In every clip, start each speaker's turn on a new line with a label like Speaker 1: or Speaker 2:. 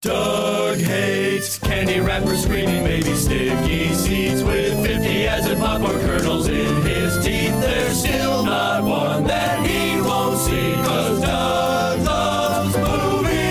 Speaker 1: Doug hates candy wrappers, screaming baby sticky seeds with 50 as in popcorn kernels in his teeth. There's still not one that he won't see, cause Doug loves movies.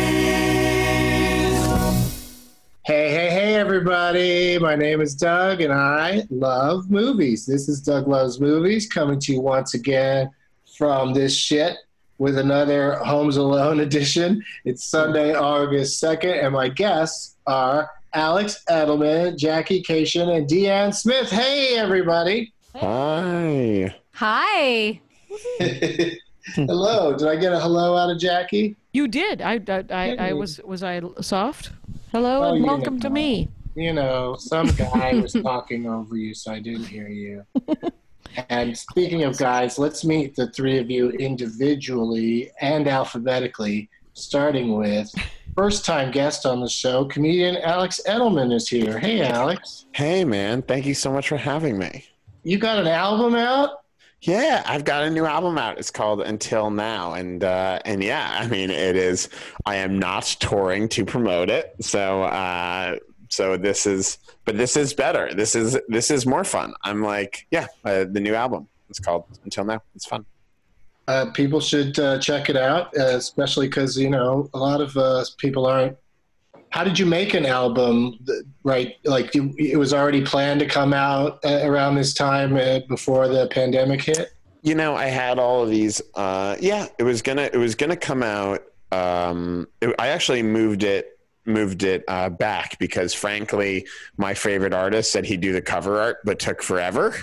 Speaker 2: Hey, hey, hey, everybody. My name is Doug, and I love movies. This is Doug Loves Movies coming to you once again from this shit with another Homes Alone edition. It's Sunday, August 2nd, and my guests are Alex Edelman, Jackie Cation, and Deanne Smith. Hey, everybody.
Speaker 3: Hi.
Speaker 4: Hi.
Speaker 2: hello. Did I get a hello out of Jackie?
Speaker 5: You did. I I, I, I was was I soft? Hello
Speaker 2: Oh,
Speaker 5: and
Speaker 2: you
Speaker 5: welcome
Speaker 2: didn't
Speaker 5: to
Speaker 2: know.
Speaker 5: me.
Speaker 2: you know, some guy was talking over you, so I didn't hear you. And speaking of guys, let's meet the three of you individually and alphabetically, starting with first time guest on the show, comedian Alex Edelman is here. Hey, Alex,
Speaker 3: Hey, man. Thank you so much for having me.
Speaker 2: you got an album out?
Speaker 3: Yeah, I've got a new album out. It's called Until Now, and uh, and yeah, I mean, it is. I am not touring to promote it, so uh, so this is, but this is better. This is this is more fun. I'm like, yeah, uh, the new album. It's called Until Now. It's fun.
Speaker 2: Uh, people should uh, check it out, uh, especially because, you know, a lot of uh, people aren't. How did you make an album, th- right? Like, you, it was already planned to come out uh, around this time uh, before the pandemic hit?
Speaker 3: you know i had all of these uh yeah it was gonna it was gonna come out um it- i actually moved it moved it uh back because frankly my favorite artist said he'd do the cover art but took forever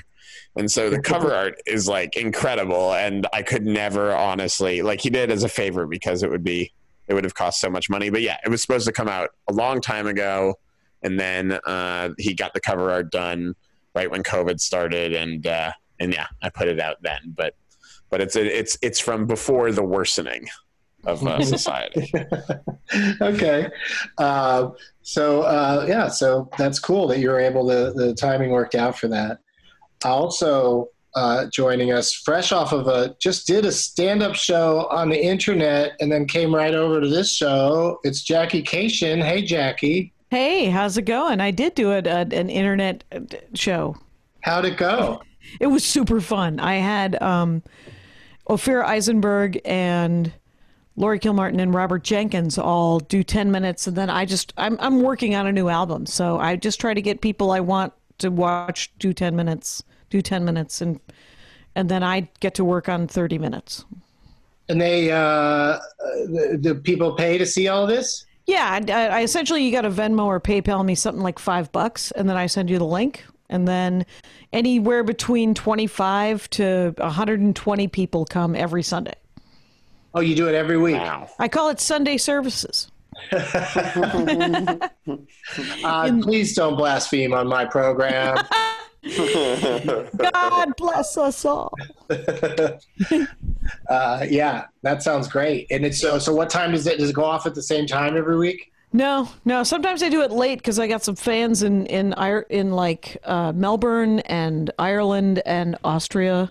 Speaker 3: and so the cover art is like incredible and i could never honestly like he did as a favor because it would be it would have cost so much money but yeah it was supposed to come out a long time ago and then uh he got the cover art done right when covid started and uh and yeah, I put it out then. But but it's it's it's from before the worsening of uh, society.
Speaker 2: okay. Uh, so uh, yeah, so that's cool that you were able to. The timing worked out for that. Also uh, joining us, fresh off of a just did a stand-up show on the internet, and then came right over to this show. It's Jackie Cation. Hey, Jackie,
Speaker 5: Hey, how's it going? I did do a, a, an internet uh, d- show.
Speaker 2: how'd it go?
Speaker 5: It was super fun. I had um, Ophir Eisenberg and Lori Kilmartin and Robert Jenkins all do 10 minutes. And then I just, I'm, I'm working on a new album. So I just try to get people I want to watch do 10 minutes, do 10 minutes. And, and then I get to work on 30 minutes.
Speaker 2: And they, uh, the, the people pay to see all this.
Speaker 5: Yeah, I, I essentially you got to Venmo or PayPal me something like five bucks, and then I send you the link, and then anywhere between twenty-five to one hundred and twenty people come every Sunday.
Speaker 2: Oh, you do it every week.
Speaker 3: Wow.
Speaker 5: I call it Sunday services.
Speaker 4: Uh, please don't blaspheme on my program.
Speaker 5: God bless us all.
Speaker 4: uh, yeah, that sounds great. And it's so. So, what time does it does it go off at the same time every week?
Speaker 5: No, no. Sometimes I do it late because I got some fans in in Ir- in like uh, Melbourne and Ireland and Austria,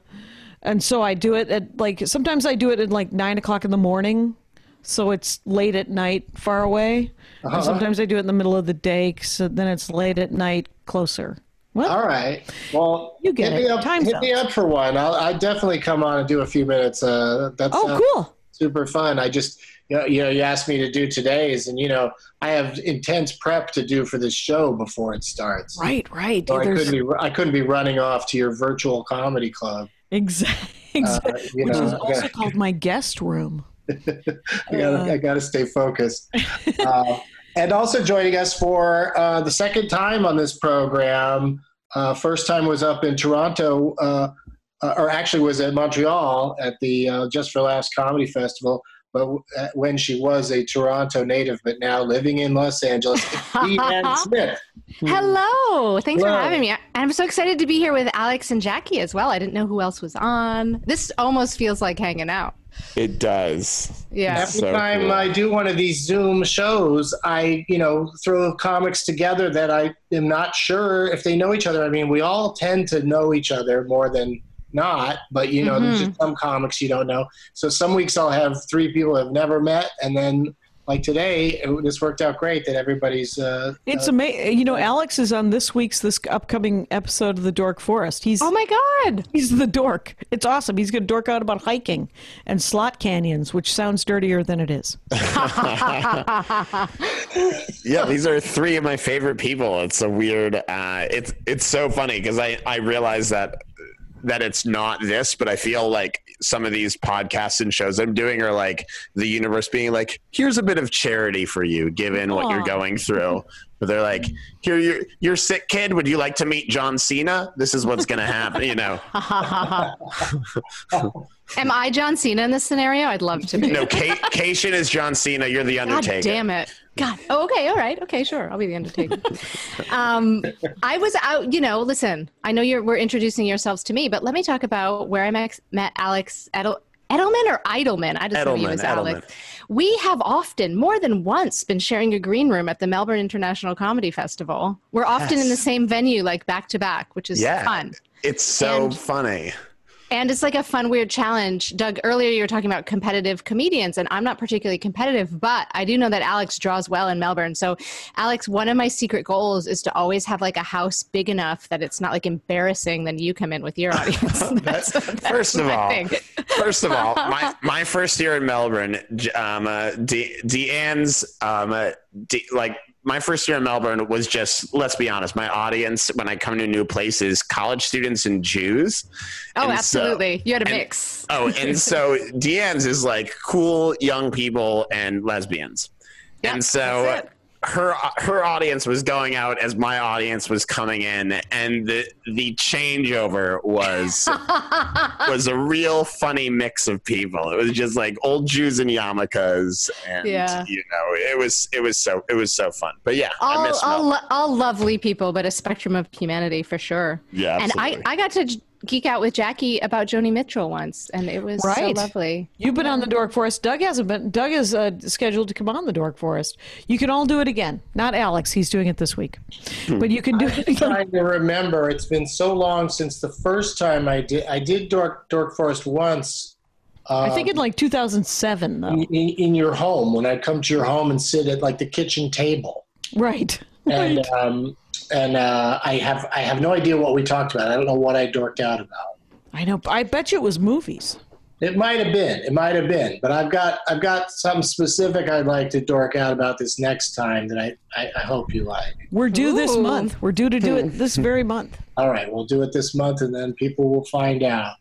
Speaker 5: and so I do it at like sometimes I do it at like nine o'clock in the morning, so it's late at night, far away. And
Speaker 4: Uh-huh.
Speaker 5: sometimes I do it in the middle of the day, so then it's late at night, closer. Well,
Speaker 4: All right. Well,
Speaker 5: You get
Speaker 4: hit me
Speaker 5: it.
Speaker 4: up.
Speaker 5: Time
Speaker 4: hit me up for one. I'll, I definitely come on and do a few minutes. Uh, that's
Speaker 5: oh, cool.
Speaker 4: super fun. I just, you know, you know, you asked me to do today's, and you know, I have intense prep to do for this show before it starts.
Speaker 5: Right, right.
Speaker 4: So I
Speaker 5: There's-
Speaker 4: couldn't be, I couldn't be running off to your virtual comedy club.
Speaker 5: Exactly.
Speaker 4: Uh, you
Speaker 5: Which
Speaker 4: know,
Speaker 5: is
Speaker 4: I
Speaker 5: also
Speaker 4: gotta-
Speaker 5: called my guest room.
Speaker 4: I gotta, I gotta stay focused. uh, and also joining us for uh, the second time on this program. Uh, first time was up in Toronto, uh, uh, or actually was at Montreal at the uh, Just for Laughs Comedy Festival. But w- uh, when she was a Toronto native, but now living in Los Angeles, Ian Smith.
Speaker 6: Hello. Thanks
Speaker 4: Hmm. Hello.
Speaker 6: for having me. I- I'm so excited to be here with Alex and Jackie as well. I didn't know who else was on. This almost feels like hanging out.
Speaker 3: It does.
Speaker 6: Yeah.
Speaker 4: Every
Speaker 3: So
Speaker 4: time
Speaker 3: cool.
Speaker 4: I do one of these Zoom shows, I, you know, throw comics together that I am not sure if they know each other. I mean, we all tend to know each other more than not, but you know, there's
Speaker 6: Mhm.
Speaker 4: just some comics you don't know. So some weeks I'll have three people I've never met, and then like today, it, this worked out great that everybody's. Uh,
Speaker 5: It's amazing. You know, Alex is on this week's this upcoming episode of the Dork Forest. He's
Speaker 6: Oh my God.
Speaker 5: he's the dork. It's awesome. He's going to dork out about hiking and slot canyons, which sounds dirtier than it is.
Speaker 3: Yeah, these are three of my favorite people. It's a weird. Uh, it's it's so funny because I I realize that that it's not this, but I feel like some of these podcasts and shows I'm doing are like the universe being like, here's a bit of charity for you, given what you're
Speaker 5: Aw.
Speaker 3: going through. But they're like, here you're you're sick, kid. Would you like to meet John Cena? This is what's gonna happen. You know,
Speaker 6: Am I John Cena in this scenario? I'd love to be.
Speaker 3: no, Kate, Cation is John Cena. You're the
Speaker 6: God
Speaker 3: Undertaker.
Speaker 6: damn it. God. Oh, okay. All right. Okay. Sure. I'll be the Undertaker. um, I was out, you know, listen, I know you're, we're introducing yourselves to me, but let me talk about where I met, met Alex Edel, Edelman or Eidelman. I just know you
Speaker 3: Edelman,
Speaker 6: as Alex. We have often, more than once, been sharing a green room at the Melbourne International Comedy Festival. We're often in the
Speaker 3: Yes.
Speaker 6: same venue, like back to back, which is
Speaker 3: Yeah.
Speaker 6: fun.
Speaker 3: It's so
Speaker 6: And-
Speaker 3: funny.
Speaker 6: And it's like a fun, weird challenge. Doug, earlier you were talking about competitive comedians, and I'm not particularly competitive, but I do know that Alex draws well in Melbourne. So, Alex, one of my secret goals is to always have like a house big enough that it's not like embarrassing Then you come in with your audience. that's, that's
Speaker 3: First of
Speaker 6: my
Speaker 3: all,
Speaker 6: thing.
Speaker 3: First of all, my, my first year in Melbourne, J- um, uh, De- Deanne's, um, uh, De- like, my first year in Melbourne was just, let's be honest, my audience when I come to new places, college students and Jews.
Speaker 6: Oh,
Speaker 3: And so-
Speaker 6: absolutely. you had a
Speaker 3: and-
Speaker 6: mix.
Speaker 3: oh, and so Deanne's is like cool young people and lesbians.
Speaker 6: Yep,
Speaker 3: and so
Speaker 6: that's it.
Speaker 3: her her audience was going out as my audience was coming in and the the changeover was was a real funny mix of people. It was just like old Jews in yarmulkes and
Speaker 6: Yeah.
Speaker 3: you know, it was it was so it was so fun. But yeah,
Speaker 6: all,
Speaker 3: I miss
Speaker 6: all,
Speaker 3: Mel.
Speaker 6: lo- all lovely people, but a spectrum of humanity for sure.
Speaker 3: Yeah,
Speaker 6: and I,
Speaker 3: absolutely.
Speaker 6: I got to j- geek out with Jackie about Joni Mitchell once, and it was
Speaker 5: Right.
Speaker 6: so lovely.
Speaker 5: You've been on the Dork Forest. Doug hasn't been. Doug is uh, scheduled to come on the Dork Forest. You can all do it again. Not Alex. He's doing it this week. But you can do it again.
Speaker 4: trying to remember. It's been so long since the first time I did. I did Dork Dork Forest once.
Speaker 5: I think in like 2007, though.
Speaker 4: in, in your home when I'd come to your home and sit at like the kitchen table.
Speaker 5: Right.
Speaker 4: And
Speaker 5: Right.
Speaker 4: um, and uh, I have I have no idea what we talked about. I don't know what I dorked out about.
Speaker 5: I know. I bet you it was movies.
Speaker 4: It might have been. It might have been. But I've got I've got something specific I'd like to dork out about this next time that I, I, I hope you like.
Speaker 5: We're due this
Speaker 6: Ooh.
Speaker 5: month. We're due to do it this very month.
Speaker 4: All right, we'll do it this month and then people will find out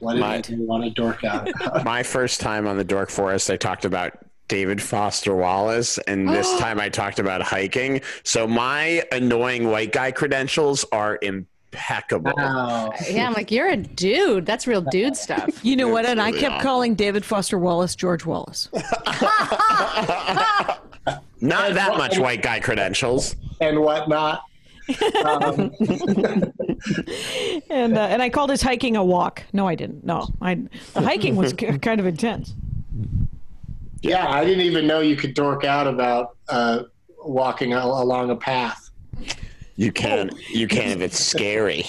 Speaker 4: what
Speaker 3: My-
Speaker 4: it is we want to dork out about.
Speaker 3: my first time on the Dork Forest, I talked about David Foster Wallace, and this time I talked about hiking. So my annoying white guy credentials are embarrassing. impeccable.
Speaker 4: Wow.
Speaker 6: Yeah, I'm like, you're a dude. That's real dude stuff.
Speaker 5: You know what? And I
Speaker 3: really
Speaker 5: kept
Speaker 3: awful.
Speaker 5: calling David Foster Wallace George Wallace.
Speaker 3: Not that much white guy credentials.
Speaker 4: and whatnot. Um,
Speaker 5: and uh, and I called his hiking a walk. No, I didn't. No, I the hiking was k- kind of intense.
Speaker 4: yeah, I didn't even know you could dork out about uh, walking al- along a path.
Speaker 3: You can. You can if it's scary.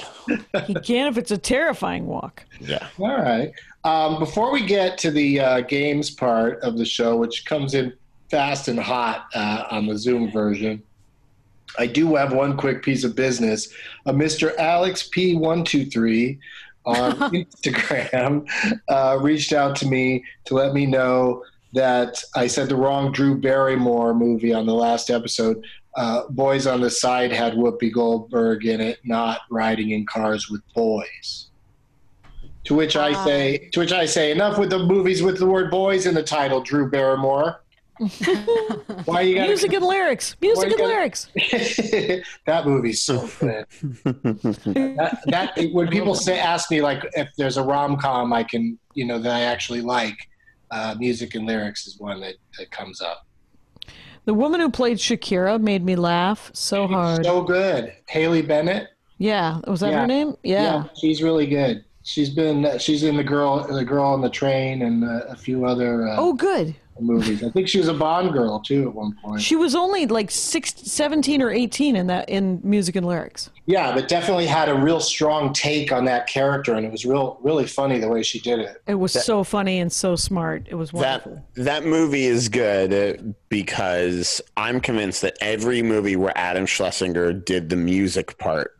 Speaker 5: You can if it's a terrifying walk.
Speaker 3: Yeah.
Speaker 4: All right. Um, before we get to the uh, games part of the show, which comes in fast and hot uh, on the Zoom version, I do have one quick piece of business. Uh, Mr. Alex P123 on Instagram uh, reached out to me to let me know that I said the wrong Drew Barrymore movie on the last episode. Uh, Boys on the Side had Whoopi Goldberg in it, not Riding in Cars with Boys. To which I say, to which I say, enough with the movies with the word "boys" in the title, Drew Barrymore. Why you got
Speaker 5: Music and lyrics. Music and
Speaker 4: gotta-
Speaker 5: lyrics.
Speaker 4: that movie's so good. that, that when people say ask me like if there's a rom com I can you know that I actually like, uh, music and lyrics is one that, that comes up.
Speaker 5: The woman who played Shakira made me laugh so hard.
Speaker 4: So good, Haley Bennett.
Speaker 5: Yeah, was that
Speaker 4: Yeah.
Speaker 5: her name? Yeah.
Speaker 4: she's really good. She's been uh, she's in the girl the girl on the train and uh, a few other uh,
Speaker 5: Oh, good.
Speaker 4: movies. I think she was a Bond girl too at one point.
Speaker 5: She was only like six, 17 or 18 in that in music and lyrics.
Speaker 4: yeah, but definitely had a real strong take on that character, and it was real really funny the way she did it.
Speaker 5: It was so funny and so smart. It was
Speaker 3: That
Speaker 5: wonderful.
Speaker 3: that movie is good uh, because I'm convinced that every movie where Adam Schlesinger did the music part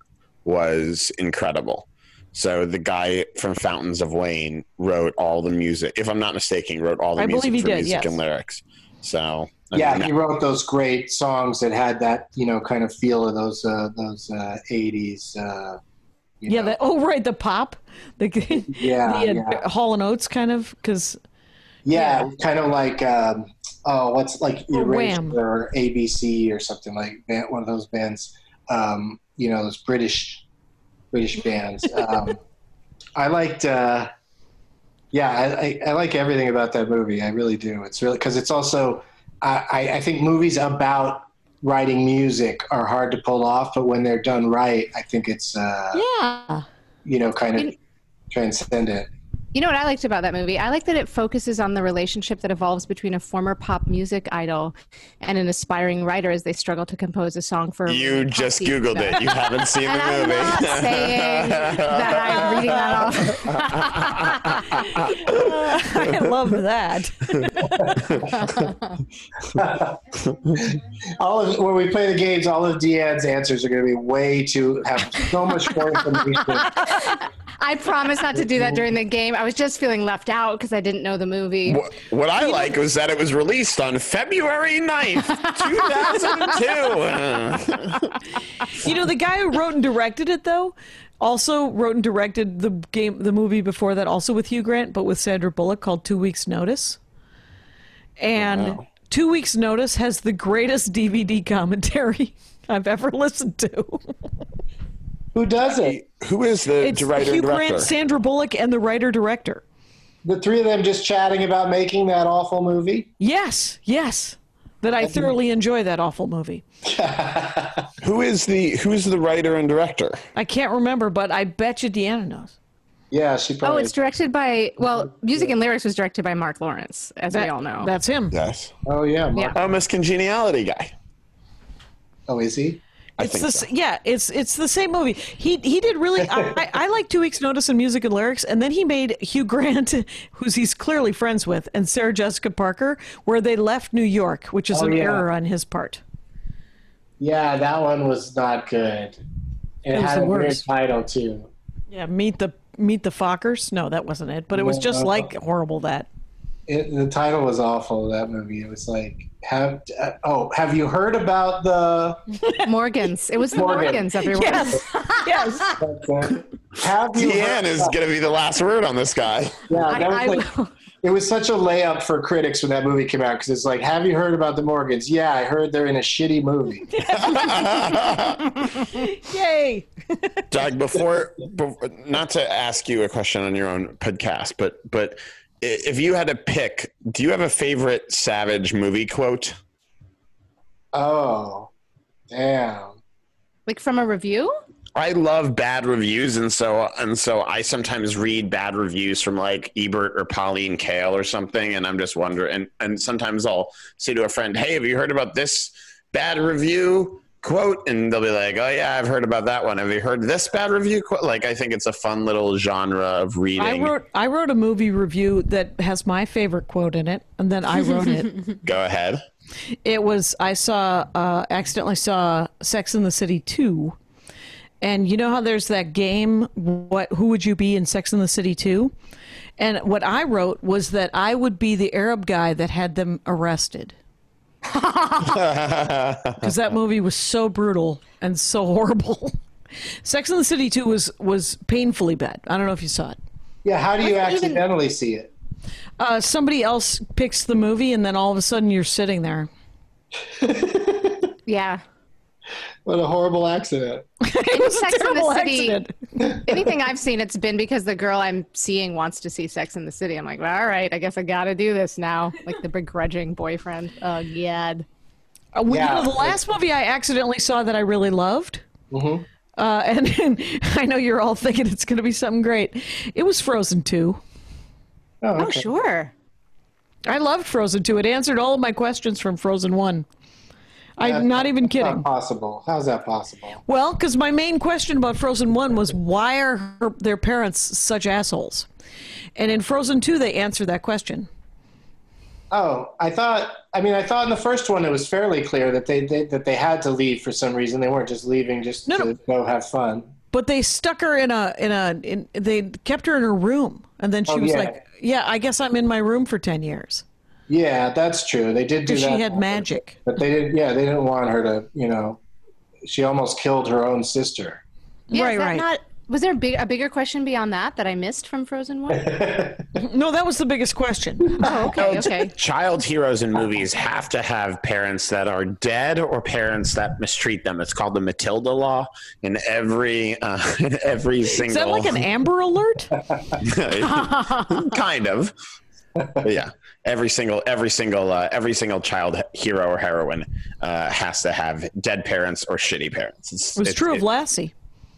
Speaker 3: was incredible. So the guy from Fountains of Wayne wrote all the music. If I'm not mistaken, wrote all the
Speaker 5: I
Speaker 3: music
Speaker 5: believe he
Speaker 3: for
Speaker 5: did,
Speaker 3: music
Speaker 5: yes.
Speaker 3: and lyrics. So I
Speaker 4: yeah,
Speaker 3: mean,
Speaker 4: he wrote those great songs that had that you know kind of feel of those uh, those uh, '80s. Uh, you
Speaker 5: yeah.
Speaker 4: know.
Speaker 5: That, oh, right. The pop. The,
Speaker 4: Yeah,
Speaker 5: the uh,
Speaker 4: yeah.
Speaker 5: Hall and Oats kind of because
Speaker 4: yeah, kind of like um, oh, what's like
Speaker 5: Or
Speaker 4: Erasure
Speaker 5: Wham.
Speaker 4: or ABC or something like that. One of those bands, um, you know, those British British bands. Um, I liked. Uh, yeah, I, I, I like everything about that movie. I really do. It's really because it's also I, I- I think movies about writing music are hard to pull off, but when they're done right, I think it's uh,
Speaker 5: yeah.
Speaker 4: you know kind of
Speaker 6: You-
Speaker 4: transcendent.
Speaker 6: You know what I liked about that movie? I like that it focuses on the relationship that evolves between a former pop music idol and an aspiring writer as they struggle to compose a song for. a
Speaker 3: you
Speaker 6: really
Speaker 3: just
Speaker 6: poppy-
Speaker 3: googled it. You haven't seen the
Speaker 6: And I'm
Speaker 3: movie.
Speaker 6: not saying that I'm reading that off.
Speaker 5: Uh, I love that.
Speaker 4: all of when we play the games, all of Deanne's answers are going to be way too have so much more information.
Speaker 6: I promise not to do that during the game. I was just feeling left out because I didn't know the movie.
Speaker 3: What, what I like was that it was released on February 9th, 2002.
Speaker 5: You know, the guy who wrote and directed it though, also wrote and directed the game, the movie before that, also with Hugh Grant, but with Sandra Bullock, called Two Weeks Notice. And Two Weeks Notice has the greatest DVD commentary I've ever listened to.
Speaker 4: Who does it?
Speaker 3: Who is the
Speaker 5: It's
Speaker 3: writer
Speaker 5: Hugh
Speaker 3: and
Speaker 5: Grant,
Speaker 3: director?
Speaker 5: Sandra Bullock, and the writer director.
Speaker 4: The three of them just chatting about making that awful movie.
Speaker 5: Yes, yes, that I thoroughly enjoy that awful movie.
Speaker 3: Who is the who's the writer and director?
Speaker 5: I can't remember, but I bet you Deanna knows.
Speaker 4: Yeah, she
Speaker 6: Oh,
Speaker 4: probably.
Speaker 6: it's directed by, well, music and lyrics was directed by Mark Lawrence, as we all know.
Speaker 5: That's him.
Speaker 3: Yes.
Speaker 4: oh yeah, Mark.
Speaker 6: Yeah.
Speaker 3: Oh, Miss Congeniality guy.
Speaker 4: Oh, is he?
Speaker 3: I
Speaker 5: It's
Speaker 3: think
Speaker 5: the
Speaker 3: so.
Speaker 5: s yeah, it's it's the same movie. He he did really. I, I, I like Two Weeks Notice and music and lyrics, and then he made Hugh Grant, who's he's clearly friends with, and Sarah Jessica Parker, where they left New York, which is
Speaker 4: Oh,
Speaker 5: an
Speaker 4: yeah.
Speaker 5: error on his part.
Speaker 4: Yeah, that one was not good. It,
Speaker 5: was
Speaker 4: had
Speaker 5: the
Speaker 4: a weird
Speaker 5: worst.
Speaker 4: title too.
Speaker 5: Yeah, meet the meet the Fockers. No, that wasn't it, but it was just
Speaker 4: No.
Speaker 5: like horrible that.
Speaker 4: It, the title was awful. That movie. It was like have uh, oh have you heard about the
Speaker 6: Morgan's. It was the
Speaker 4: Morgan.
Speaker 6: Morgan's, everyone.
Speaker 5: Yes, yes.
Speaker 4: have you
Speaker 3: Deanne
Speaker 4: heard,
Speaker 3: is going to be the last word on this guy.
Speaker 4: yeah,
Speaker 6: I,
Speaker 4: that was
Speaker 6: I
Speaker 4: like-
Speaker 6: will.
Speaker 4: it was such a layup for critics when that movie came out because it's like, have you heard about the Morgans? Yeah, I heard they're in a shitty movie.
Speaker 5: Yay!
Speaker 3: Doug, before, before not to ask you a question on your own podcast, but but i- if you had to pick, do you have a favorite Savage movie quote?
Speaker 4: Oh, damn.
Speaker 6: Like from a review?
Speaker 3: I love bad reviews, and so and so I sometimes read bad reviews from like Ebert or Pauline Kael or something, and I'm just wondering. And and sometimes I'll say to a friend, "Hey, have you heard about this bad review?" quote and they'll be like oh yeah i've heard about that one have you heard this bad review quote like i think it's a fun little genre of reading
Speaker 5: I wrote I wrote a movie review that has my favorite quote in it, and then I wrote it.
Speaker 3: go ahead
Speaker 5: It was I saw uh, accidentally saw Sex in the City two, and you know how there's that game what who would you be in Sex in the City two, and what I wrote was that I would be the Arab guy that had them arrested. Because that movie was so brutal and so horrible. Sex in the City 2 was was painfully bad. I don't know if you saw it.
Speaker 4: Yeah, how do you
Speaker 6: Wasn't even-
Speaker 4: accidentally see it?
Speaker 5: Uh, somebody else picks the movie, and then all of a sudden you're sitting there.
Speaker 6: Yeah.
Speaker 4: What a horrible accident.
Speaker 5: It was
Speaker 6: Sex
Speaker 5: a
Speaker 6: in the
Speaker 5: terrible
Speaker 6: City.
Speaker 5: accident.
Speaker 6: Anything I've seen, it's been because the girl I'm seeing wants to see Sex in the City. I'm like, well, all right, I guess I gotta do this now. Like the begrudging boyfriend. Oh, yeah.
Speaker 5: Uh, well,
Speaker 4: Yeah.
Speaker 5: you know, the last movie I accidentally saw that I really loved.
Speaker 4: Mm-hmm.
Speaker 5: Uh, and, I know you're all thinking it's going to be something great. It was Frozen 2.
Speaker 4: Oh,
Speaker 6: Oh,
Speaker 4: okay.
Speaker 6: sure.
Speaker 5: I loved Frozen 2. It answered all of my questions from Frozen 1. I'm not even kidding.
Speaker 4: Not possible. How's that possible?
Speaker 5: Well, because my main question about Frozen 1 was why are her, their parents such assholes? And in Frozen 2, they answer that question.
Speaker 4: Oh, I thought. I mean, I thought in the first one it was fairly clear that they, they that they had to leave for some reason. They weren't just leaving just
Speaker 5: No,
Speaker 4: to
Speaker 5: no.
Speaker 4: go have fun.
Speaker 5: But they stuck her in a in a in, they kept her in her room, and then she
Speaker 4: Oh,
Speaker 5: was
Speaker 4: yeah.
Speaker 5: like, "Yeah, I guess I'm in my room for ten years."
Speaker 4: Yeah, that's true. They did do that.
Speaker 5: She had magic.
Speaker 4: but they didn't. Yeah, they didn't want her to. You know, she almost killed her own sister.
Speaker 6: Yeah,
Speaker 5: Right,
Speaker 6: is that
Speaker 5: right.
Speaker 6: Not, was there a, big, a bigger question beyond that that I missed from Frozen 1?
Speaker 5: No, that was the biggest question.
Speaker 6: Oh, okay, okay.
Speaker 3: child heroes in movies
Speaker 5: Uh-huh.
Speaker 3: have to have parents that are dead or parents that mistreat them. It's called the Matilda Law in every uh, in every single.
Speaker 5: Is that like an Amber Alert?
Speaker 3: kind of? But yeah, every single every single uh, every single child hero or heroine uh, has to have dead parents or shitty parents. It's,
Speaker 5: It was
Speaker 3: it's-
Speaker 5: true of
Speaker 3: it-
Speaker 5: Lassie.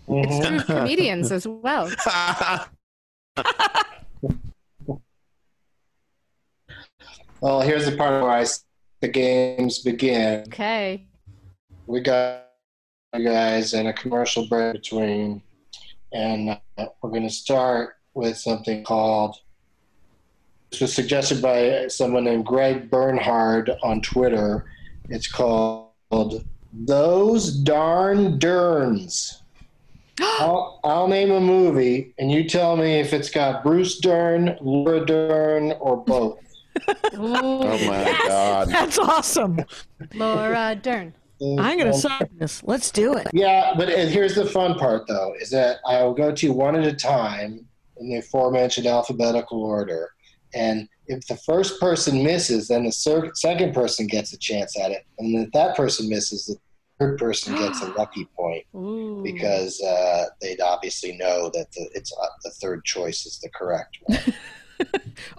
Speaker 6: It's true of comedians as well.
Speaker 4: Well, here's the part where I s- the games begin.
Speaker 6: Okay.
Speaker 4: We got you guys in a commercial break between, and uh, we're going to start with something called. This was suggested by someone named Greg Bernhard on Twitter. It's called "Those Darn Derns." I'll, I'll name a movie, and you tell me if it's got Bruce Dern, Laura Dern, or both.
Speaker 3: Oh my god!
Speaker 5: That's awesome.
Speaker 6: Laura Dern.
Speaker 5: I'm gonna sign this. Let's do it.
Speaker 4: Yeah, but and here's the fun part though, is that I will go to one at a time in the aforementioned alphabetical order, and if the first person misses, then the cer- second person gets a chance at it, and if that person misses, the third person gets a lucky point
Speaker 5: Hmm.
Speaker 6: Ooh.
Speaker 4: because uh, they'd obviously know that the, it's uh, the third choice is the correct one.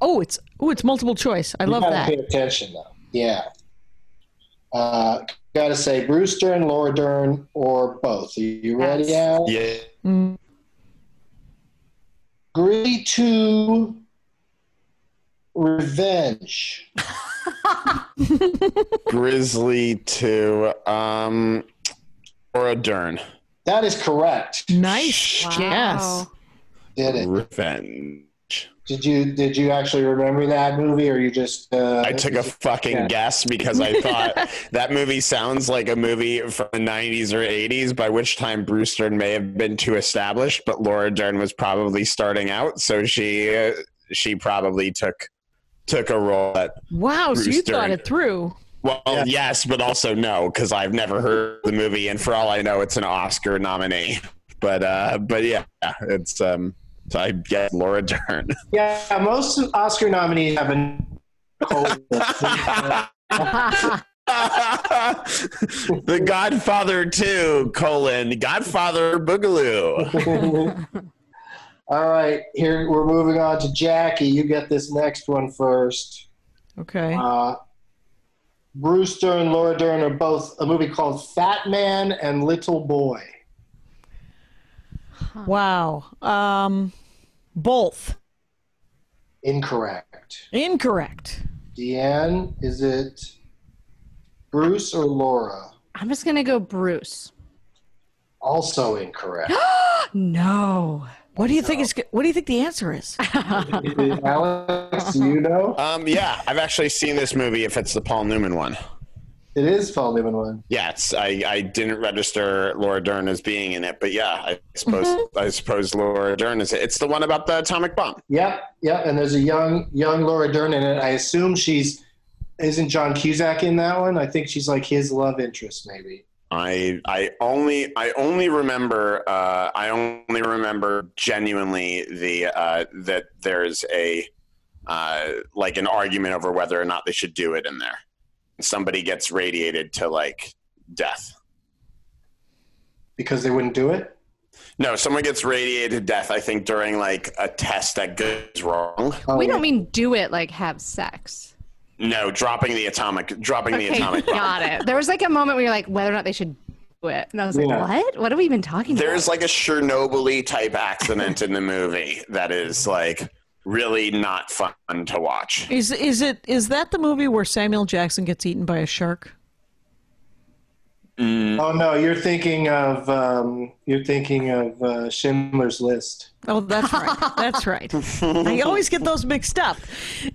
Speaker 5: Oh, it's oh, it's multiple choice. I love
Speaker 4: you
Speaker 5: that.
Speaker 4: gotta Pay attention though. Yeah. Uh, gotta say Bruce Dern, Laura Dern, or both. Are you ready, Al?
Speaker 3: Yeah,
Speaker 5: Mm,
Speaker 4: Agree to revenge.
Speaker 3: Grizzly to um, Laura Dern.
Speaker 4: That is correct.
Speaker 5: Nice. Yes.
Speaker 6: Wow.
Speaker 4: Did it?
Speaker 3: Revenge.
Speaker 4: Did you did you actually remember that movie, or you just? Uh,
Speaker 3: I took a fucking guess because I thought that movie sounds like a movie from the 90s or 80s, by which time Bruce Dern may have been too established, but Laura Dern was probably starting out, so she uh, she probably took took a role that
Speaker 5: Wow. So you
Speaker 3: Brewster.
Speaker 5: thought it through.
Speaker 3: well, yes, but also no, because I've never heard the movie, and for all I know, it's an Oscar nominee. But uh, but yeah, it's um, So I guess Laura Dern.
Speaker 4: Yeah, most Oscar nominees have a
Speaker 3: the Godfather 2, colon, Godfather Boogaloo.
Speaker 4: All right, here we're moving on to Jackie. You get this next one first.
Speaker 5: Okay.
Speaker 4: Uh, Bruce Dern, Laura Dern are both a movie called Fat Man and Little Boy.
Speaker 5: Wow. Um, both
Speaker 4: Incorrect.
Speaker 5: incorrect.
Speaker 4: Deanne, is it Bruce or Laura?
Speaker 6: I'm just gonna go Bruce.
Speaker 4: Also incorrect.
Speaker 6: No.
Speaker 5: What do you think is? What do you think the answer is?
Speaker 4: Alex, do you know?
Speaker 3: Um, yeah, I've actually seen this movie if it's the Paul Newman one.
Speaker 4: It is Paul Newman one.
Speaker 3: Yeah, it's, I, I didn't register Laura Dern as being in it, but yeah, I suppose I suppose Laura Dern is it. It's the one about the atomic bomb.
Speaker 4: Yep, yep. And there's a young young Laura Dern in it. I assume she's isn't John Cusack in that one? I think she's like his love interest, maybe.
Speaker 3: I I only I only remember uh, I only remember genuinely the uh, that there's a uh, like an argument over whether or not they should do it in there. Somebody gets radiated to like death.
Speaker 4: Because they wouldn't do it?
Speaker 3: No, someone gets radiated to death. I think during like a test that goes wrong.
Speaker 4: Oh,
Speaker 6: We don't mean do it like have sex.
Speaker 3: No, dropping the atomic, dropping the
Speaker 6: Okay,
Speaker 3: atomic. bomb.
Speaker 6: got it. There was like a moment where you're like, whether or not they should do it, and I was like,
Speaker 4: Yeah.
Speaker 6: what? What are we even talking
Speaker 3: There's like a Chernobyl type accident in the movie that is like really not fun to watch.
Speaker 5: Is is it is that the movie where Samuel Jackson gets eaten by a shark?
Speaker 4: oh no, you're thinking of um, you're thinking of uh, Schindler's List.
Speaker 5: Oh, that's right. That's right. I always get those mixed up,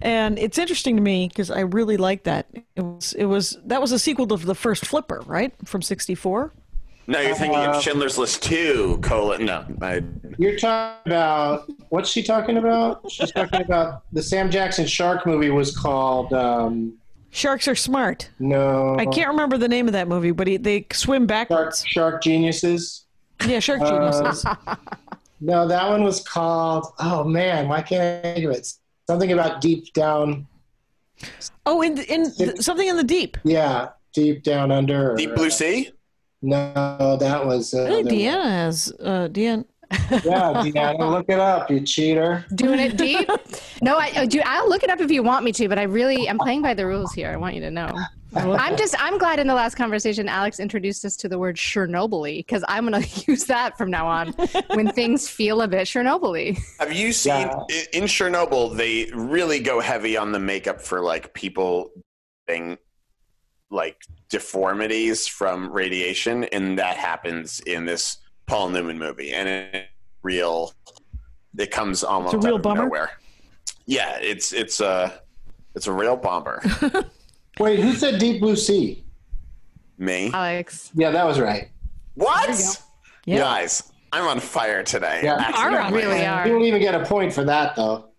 Speaker 5: and it's interesting to me because I really like that. It was it was that was a sequel to the first Flipper, right, from '64.
Speaker 3: No, you're thinking
Speaker 4: Uh,
Speaker 3: of Schindler's List 2, colon. No, I,
Speaker 4: You're talking about what's she talking about? She's talking about the Sam Jackson shark movie was called um,
Speaker 5: Sharks are smart.
Speaker 4: no
Speaker 5: I can't remember the name of that movie, but he, they swim
Speaker 4: shark,
Speaker 5: backwards.
Speaker 4: shark Geniuses.
Speaker 5: Yeah, Shark Geniuses.
Speaker 4: Uh, No, that one was called. Oh man, why can't I think of it? Something about deep down.
Speaker 5: Oh, in in th- something in the deep.
Speaker 4: Yeah, deep down under. or-
Speaker 3: Deep Blue Sea?
Speaker 4: No, that was. Uh,
Speaker 5: I think
Speaker 4: the-
Speaker 5: Deanna has uh, Deanna.
Speaker 4: Yeah, Deanna, look it up, you cheater.
Speaker 6: Doing it deep? no, I uh, do. I'll look it up if you want me to, but I really I'm playing by the rules here. I want you to know. I'm just I'm glad in the last conversation Alex introduced us to the word Chernobyl because I'm gonna use that from now on when things feel a bit Chernobyl.
Speaker 3: Have you seen
Speaker 4: Yeah.
Speaker 3: i- in Chernobyl? They really go heavy on the makeup for like people getting like deformities from radiation, and that happens in this Paul Newman movie, and it real. It comes almost
Speaker 5: real
Speaker 3: out of
Speaker 5: bummer?
Speaker 3: nowhere. Yeah, it's it's a it's a real bomber.
Speaker 4: Wait, who said deep blue sea?
Speaker 3: Me,
Speaker 5: Uh,
Speaker 6: Alex,
Speaker 4: Yeah, that was right.
Speaker 3: what?
Speaker 5: Yeah.
Speaker 3: Guys, I'm on fire today.
Speaker 4: Yeah.
Speaker 3: Accidentally.
Speaker 5: All right.
Speaker 6: really
Speaker 4: You
Speaker 6: are.
Speaker 4: don't even get a point for that though.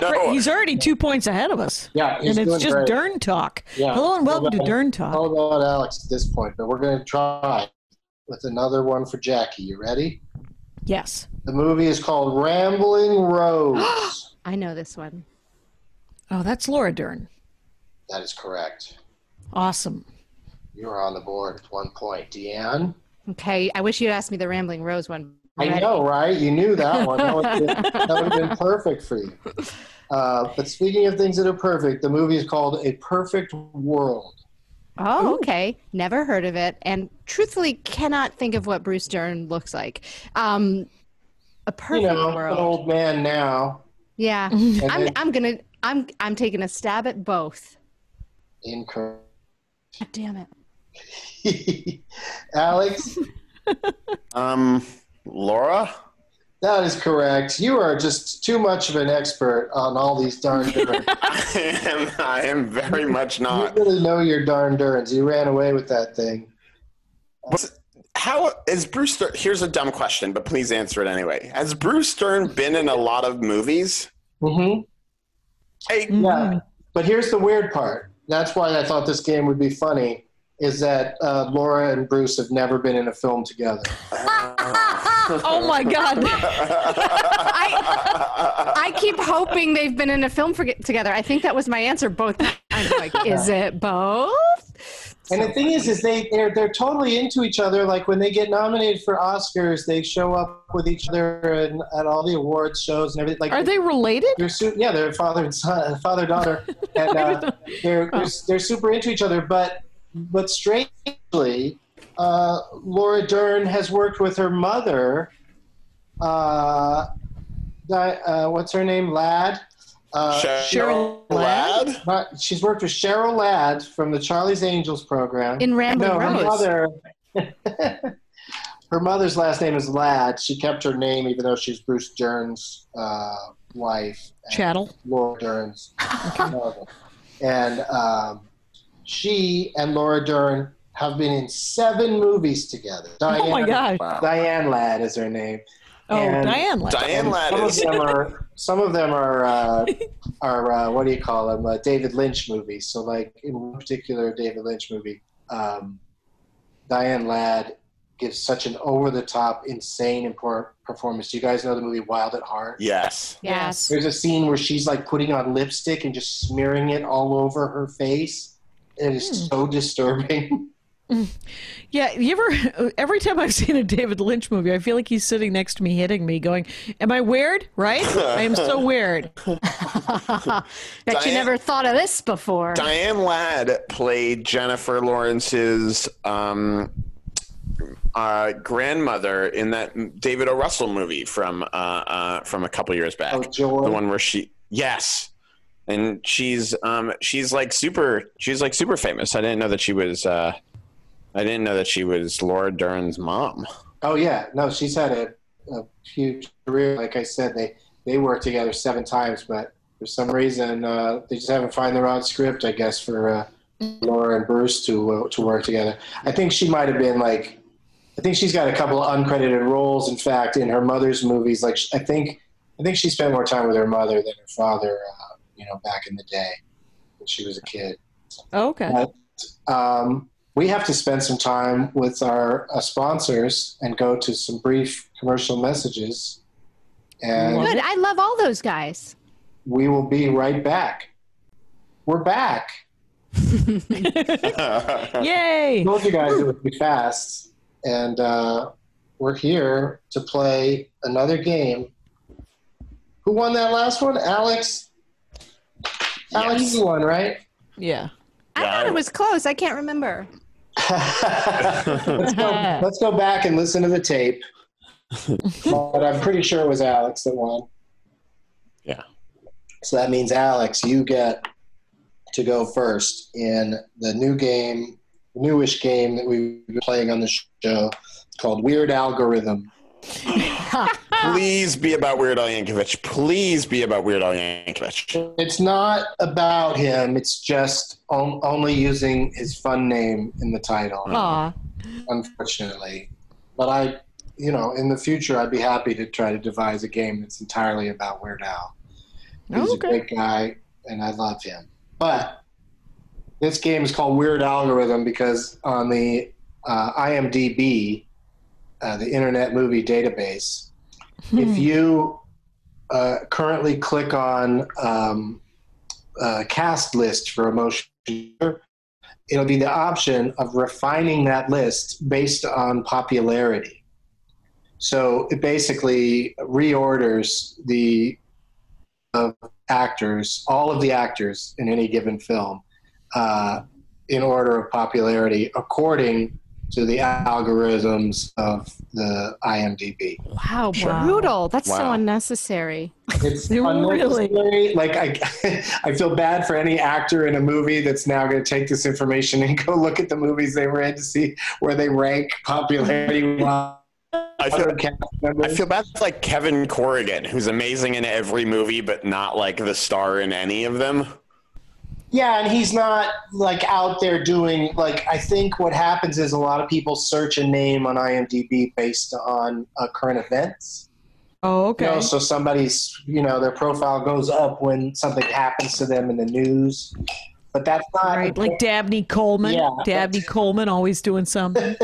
Speaker 3: No,
Speaker 5: He's already two points ahead of us.
Speaker 4: Oh. Yeah, he's
Speaker 5: and it's
Speaker 4: doing
Speaker 5: just
Speaker 4: great.
Speaker 5: Dern talk.
Speaker 4: Yeah.
Speaker 5: Hello and welcome to
Speaker 4: Hello.
Speaker 5: Dern talk.
Speaker 4: Hold on, Alex, at this point, but we're gonna try with another one for Jackie. You ready?
Speaker 5: Yes.
Speaker 4: The movie is called Rambling Rose.
Speaker 6: I know this one.
Speaker 5: Oh, that's Laura Dern.
Speaker 4: that is correct.
Speaker 5: Awesome.
Speaker 4: You are on the board with one point, Deanne.
Speaker 6: Okay, I wish you'd asked me the Rambling Rose one.
Speaker 4: I know, right? You knew that one. That would have been, that would have been perfect for you. Uh, but speaking of things that are perfect, the movie is called A Perfect World.
Speaker 6: Oh, okay. Never heard of it, and truthfully, cannot think of what Bruce Dern looks like. Um, a
Speaker 4: You
Speaker 6: perfect
Speaker 4: know, an
Speaker 6: world.
Speaker 4: old man now.
Speaker 6: Yeah,
Speaker 4: And
Speaker 6: I'm.
Speaker 4: then-
Speaker 6: I'm gonna. I'm. I'm taking a stab at both.
Speaker 4: incorrect.
Speaker 6: God damn it.
Speaker 4: Alex,
Speaker 3: um, Laura.
Speaker 4: that is correct. You are just too much of an expert on all these darn durns.
Speaker 3: I am, I am very much
Speaker 4: you
Speaker 3: not.
Speaker 4: really know your darn durns. You ran away with that thing.
Speaker 3: What's- How is Bruce? Stern, here's a dumb question, but please answer it anyway. Has Bruce Stern been in a lot of movies?
Speaker 4: Mm-hmm.
Speaker 3: Hey,
Speaker 5: Mm-hmm.
Speaker 4: Yeah. But here's the weird part. That's why I thought this game would be funny. Is that uh, Laura and Bruce have never been in a film together?
Speaker 5: Oh my God.
Speaker 6: I, I keep hoping they've been in a film for- together. I think that was my answer both times. Like, is it both?
Speaker 4: And the thing is, is they they're, they're totally into each other. Like when they get nominated for Oscars, they show up with each other and at all the awards shows and everything. Like
Speaker 5: Are they related?
Speaker 4: they're su- yeah, they're father and son, father daughter, and uh, they're, they're they're super into each other. But but strangely, uh, Laura Dern has worked with her mother. Uh, Di- uh, what's her name? Ladd. Uh,
Speaker 3: Cheryl Ladd?
Speaker 4: but she's worked with Cheryl Ladd from the Charlie's Angels program.
Speaker 6: In Ramble
Speaker 4: no, her
Speaker 6: Rose.
Speaker 4: mother. her mother's last name is Ladd. She kept her name even though she's Bruce Dern's uh, wife. and
Speaker 5: Chattel.
Speaker 4: Laura Dern's mother. And um, she and Laura Dern have been in seven movies together. Diane,
Speaker 5: Oh my God.
Speaker 4: Diane Ladd is her name.
Speaker 5: Oh,
Speaker 4: And-
Speaker 5: Diane. Ladd.
Speaker 3: Diane
Speaker 4: and
Speaker 3: Ladd
Speaker 4: some
Speaker 3: is.
Speaker 4: of them are some of them are uh, are uh, what do you call them? Uh, David Lynch movies. So like in one particular David Lynch movie, um, Diane Ladd gives such an over the top, insane impor- performance. Do you guys know the movie Wild at Heart?
Speaker 3: Yes.
Speaker 6: Yes.
Speaker 4: There's a scene where she's like putting on lipstick and just smearing it all over her face. It is so disturbing.
Speaker 5: Yeah, you ever? Every time I've seen a David Lynch movie, I feel like he's sitting next to me, hitting me, going, "Am I weird? Right? I am so weird."
Speaker 6: Bet you
Speaker 3: Diane-
Speaker 6: never thought of this before.
Speaker 3: Diane Ladd played Jennifer Lawrence's um, uh, grandmother in that David O. Russell movie from uh, uh, from a couple years back.
Speaker 4: Oh, Joy.
Speaker 3: the one where she yes, and she's um, she's like super she's like super famous. I didn't know that she was. Uh, I didn't know that she was Laura Dern's mom.
Speaker 4: Oh yeah, no, she's had a, a huge career. Like I said, they they worked together seven times, but for some reason uh, they just haven't found the right script, I guess, for uh, Laura and Bruce to uh, to work together. I think she might have been like, I think she's got a couple of uncredited roles. In fact, in her mother's movies, like I think I think she spent more time with her mother than her father, uh, you know, back in the day when she was a kid.
Speaker 5: Okay.
Speaker 4: Um, we have to spend some time with our uh, sponsors and go to some brief commercial messages. And
Speaker 6: Good. I love all those guys.
Speaker 4: we will be right back. We're back.
Speaker 5: Yay!
Speaker 4: told you guys it would be fast. And uh, we're here to play another game. Who won that last one? Alex? Alex, you won, right?
Speaker 5: Yeah.
Speaker 6: I
Speaker 3: Yeah,
Speaker 6: thought
Speaker 3: I-
Speaker 6: it was close. I can't remember.
Speaker 4: let's, go, let's go back and listen to the tape. but I'm pretty sure it was Alex that won.
Speaker 3: Yeah.
Speaker 4: So that means, Alex, you get to go first in the new game, newish game that we've been playing on the show called Weird Algorithm.
Speaker 3: Please be about Weird Al Yankovic. Please be about Weird Al Yankovic.
Speaker 4: It's not about him, it's just on, only using his fun name in the title.
Speaker 5: Aw.
Speaker 4: unfortunately. But I, you know, in the future, I'd be happy to try to devise a game that's entirely about Weird Al. He's
Speaker 5: Okay.
Speaker 4: a great guy, and I love him. But this game is called Weird Algorithm because on the uh, IMDb, uh, the Internet Movie Database,
Speaker 5: Hmm.
Speaker 4: if you uh, currently click on um, uh, cast list for a motion, picture, it'll be the option of refining that list based on popularity. So it basically reorders the of actors, all of the actors in any given film, uh, in order of popularity according to the algorithms of the IMDb.
Speaker 6: Wow,
Speaker 5: Wow.
Speaker 6: brutal. That's so
Speaker 3: Wow.
Speaker 6: unnecessary.
Speaker 4: It's
Speaker 5: You
Speaker 4: unnecessary. Like I, I feel bad for any actor in a movie that's now going to take this information and go look at the movies they were in to see where they rank popularity. wise.
Speaker 3: I feel,
Speaker 4: Other cast
Speaker 3: I
Speaker 4: members.
Speaker 3: feel bad for like Kevin Corrigan, who's amazing in every movie, but not like the star in any of them.
Speaker 4: Yeah, and he's not like out there doing like I think what happens is a lot of people search a name on IMDb based on uh, current events. You
Speaker 5: Oh, okay.
Speaker 4: know, so somebody's, you know, their profile goes up when something happens to them in the news. But that's not
Speaker 5: right, like Dabney Coleman.
Speaker 4: Yeah.
Speaker 5: Dabney Coleman always doing something.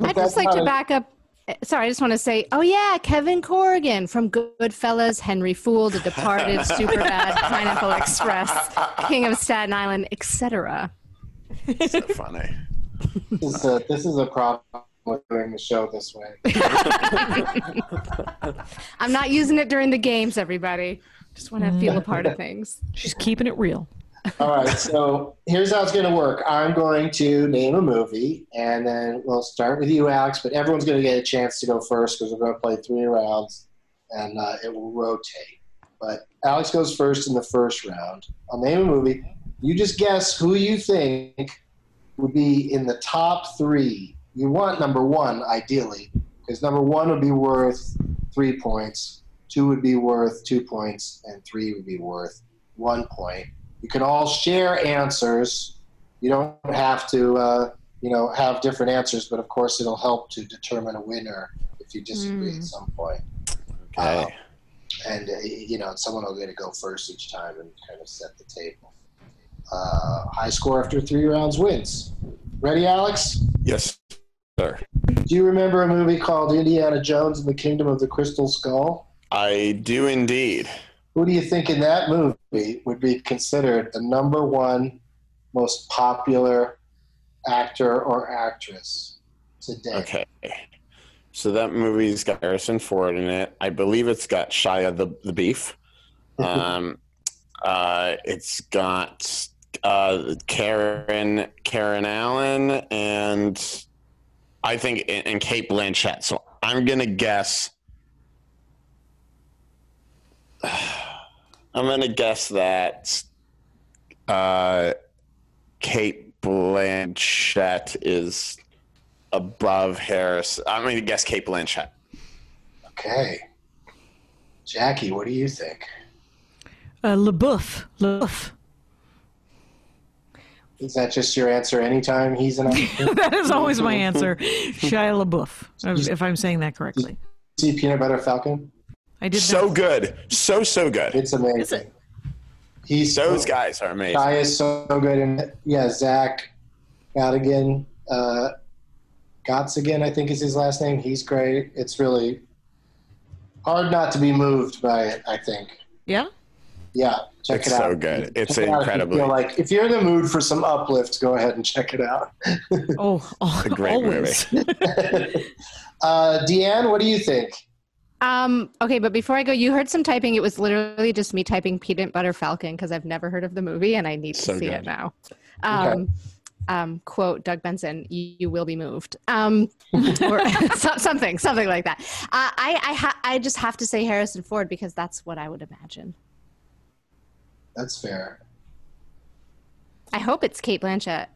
Speaker 6: I'd just like to back up eh, sorry, I just want to say, oh yeah, Kevin Corrigan from Goodfellas, Henry Fool, The Departed, Superbad, Pineapple Express, King of Staten Island, etc.
Speaker 3: So funny.
Speaker 4: This is a, this is a problem with doing the show this way.
Speaker 6: I'm not using it during the games, everybody. Just want to feel a part of things.
Speaker 5: She's keeping it real.
Speaker 4: All right, so here's how it's going to work. I'm going to name a movie, and then we'll start with you, Alex. But everyone's going to get a chance to go first because we're going to play three rounds, and uh, it will rotate. But Alex goes first in the first round. I'll name a movie. You just guess who you think would be in the top three. You want number one, ideally, because number one would be worth three points, two would be worth two points, and three would be worth one point. You can all share answers. You don't have to, uh, you know, have different answers, but of course, it'll help to determine a winner if you disagree at some point.
Speaker 3: Mm-hmm.
Speaker 4: Um,
Speaker 3: Okay.
Speaker 4: and uh, you know someone will get to go first each time and kind of set the table. Uh, high score after three rounds wins. Ready, Alex?
Speaker 3: Yes, sir.
Speaker 4: Do you remember a movie called Indiana Jones and the Kingdom of the Crystal Skull?
Speaker 3: I do indeed.
Speaker 4: Who do you think in that movie would be considered the number one most popular actor or actress today?
Speaker 3: Okay. So that movie's got Harrison Ford in it. I believe it's got Shia the, the Beef. Um, uh, it's got uh, Karen Karen Allen and I think and, and Kate Blanchett. So I'm gonna guess. I'm gonna guess that uh, Kate Blanchett is above Harris. I'm going to guess Kate Blanchett.
Speaker 4: Okay. Jackie, what do you think?
Speaker 5: Uh, LeBouf. LeBouf.
Speaker 4: Is that just your answer anytime he's an actor?
Speaker 5: That is always my answer. Shia LaBeouf, if I'm saying that correctly.
Speaker 4: See Peanut Butter Falcon?
Speaker 5: I did
Speaker 3: So
Speaker 5: that.
Speaker 3: good. So, so good.
Speaker 4: It's amazing. He's
Speaker 3: Those guys are amazing.
Speaker 4: Guy is so good in it. Yeah, Zach Gottigan, uh, Gottsigan, I think is his last name. He's great. It's really hard not to be moved by it. I think.
Speaker 5: Yeah?
Speaker 4: Yeah, check
Speaker 3: It's
Speaker 4: it out.
Speaker 3: so good. It's
Speaker 4: Check it out if you
Speaker 3: incredibly.
Speaker 4: feel like if you're in the mood for some uplift, go ahead and check it out.
Speaker 5: Oh, oh
Speaker 3: a great
Speaker 5: always.
Speaker 4: Uh, Deanne, what do you think?
Speaker 6: Um, okay, but before I go, you heard some typing. It was literally just me typing Peanut Butter Falcon because I've never heard of the movie and I need to
Speaker 3: So
Speaker 6: see
Speaker 3: good.
Speaker 6: it now. Um, um, quote Doug Benson, you, you will be moved. Um, or so- something, something like that. Uh, I, I, ha- I just have to say Harrison Ford because that's what I would imagine.
Speaker 4: That's fair.
Speaker 6: I hope it's Kate Blanchett.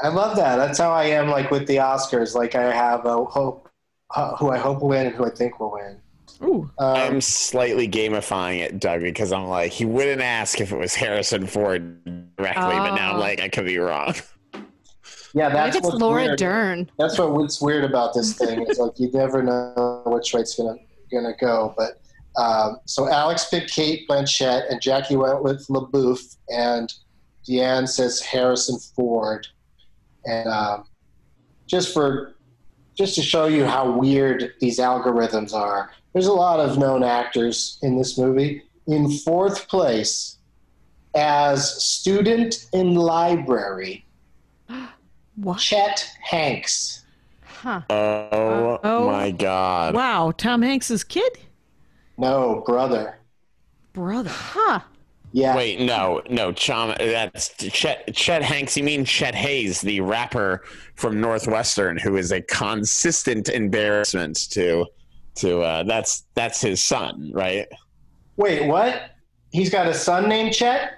Speaker 4: I love that. That's how I am. Like with the Oscars, like I have a hope, uh, who I hope will win and who I think will win.
Speaker 5: Ooh.
Speaker 4: Um,
Speaker 3: I'm slightly gamifying it, Doug, because I'm like, he wouldn't ask if it was Harrison Ford directly, but now
Speaker 6: Ah.
Speaker 3: I'm like, I could be wrong.
Speaker 4: yeah,
Speaker 6: I
Speaker 4: that's
Speaker 6: think it's
Speaker 4: what's
Speaker 6: Laura
Speaker 4: weird.
Speaker 6: Dern.
Speaker 4: That's what, what's weird about this thing. It's like you never know which way it's gonna gonna go. But um, so Alex picked Kate Blanchett and Jackie went with LaBouffe and Deanne says Harrison Ford. And um, just for just to show you how weird these algorithms are, there's a lot of known actors in this movie. In fourth place, as student in library,
Speaker 5: What?
Speaker 4: Chet Hanks.
Speaker 6: Huh.
Speaker 4: Uh,
Speaker 3: Oh,
Speaker 5: Oh.
Speaker 3: my God.
Speaker 5: Wow. Tom Hanks's kid?
Speaker 4: No, brother.
Speaker 5: Brother.
Speaker 6: Huh.
Speaker 4: Yeah.
Speaker 3: Wait, no, no, Chama. That's Chet, Chet Hanks. You mean Chet Hayes, the rapper from Northwestern, who is a consistent embarrassment to, to uh, that's that's his son, right?
Speaker 4: Wait, what? He's got a son named Chet?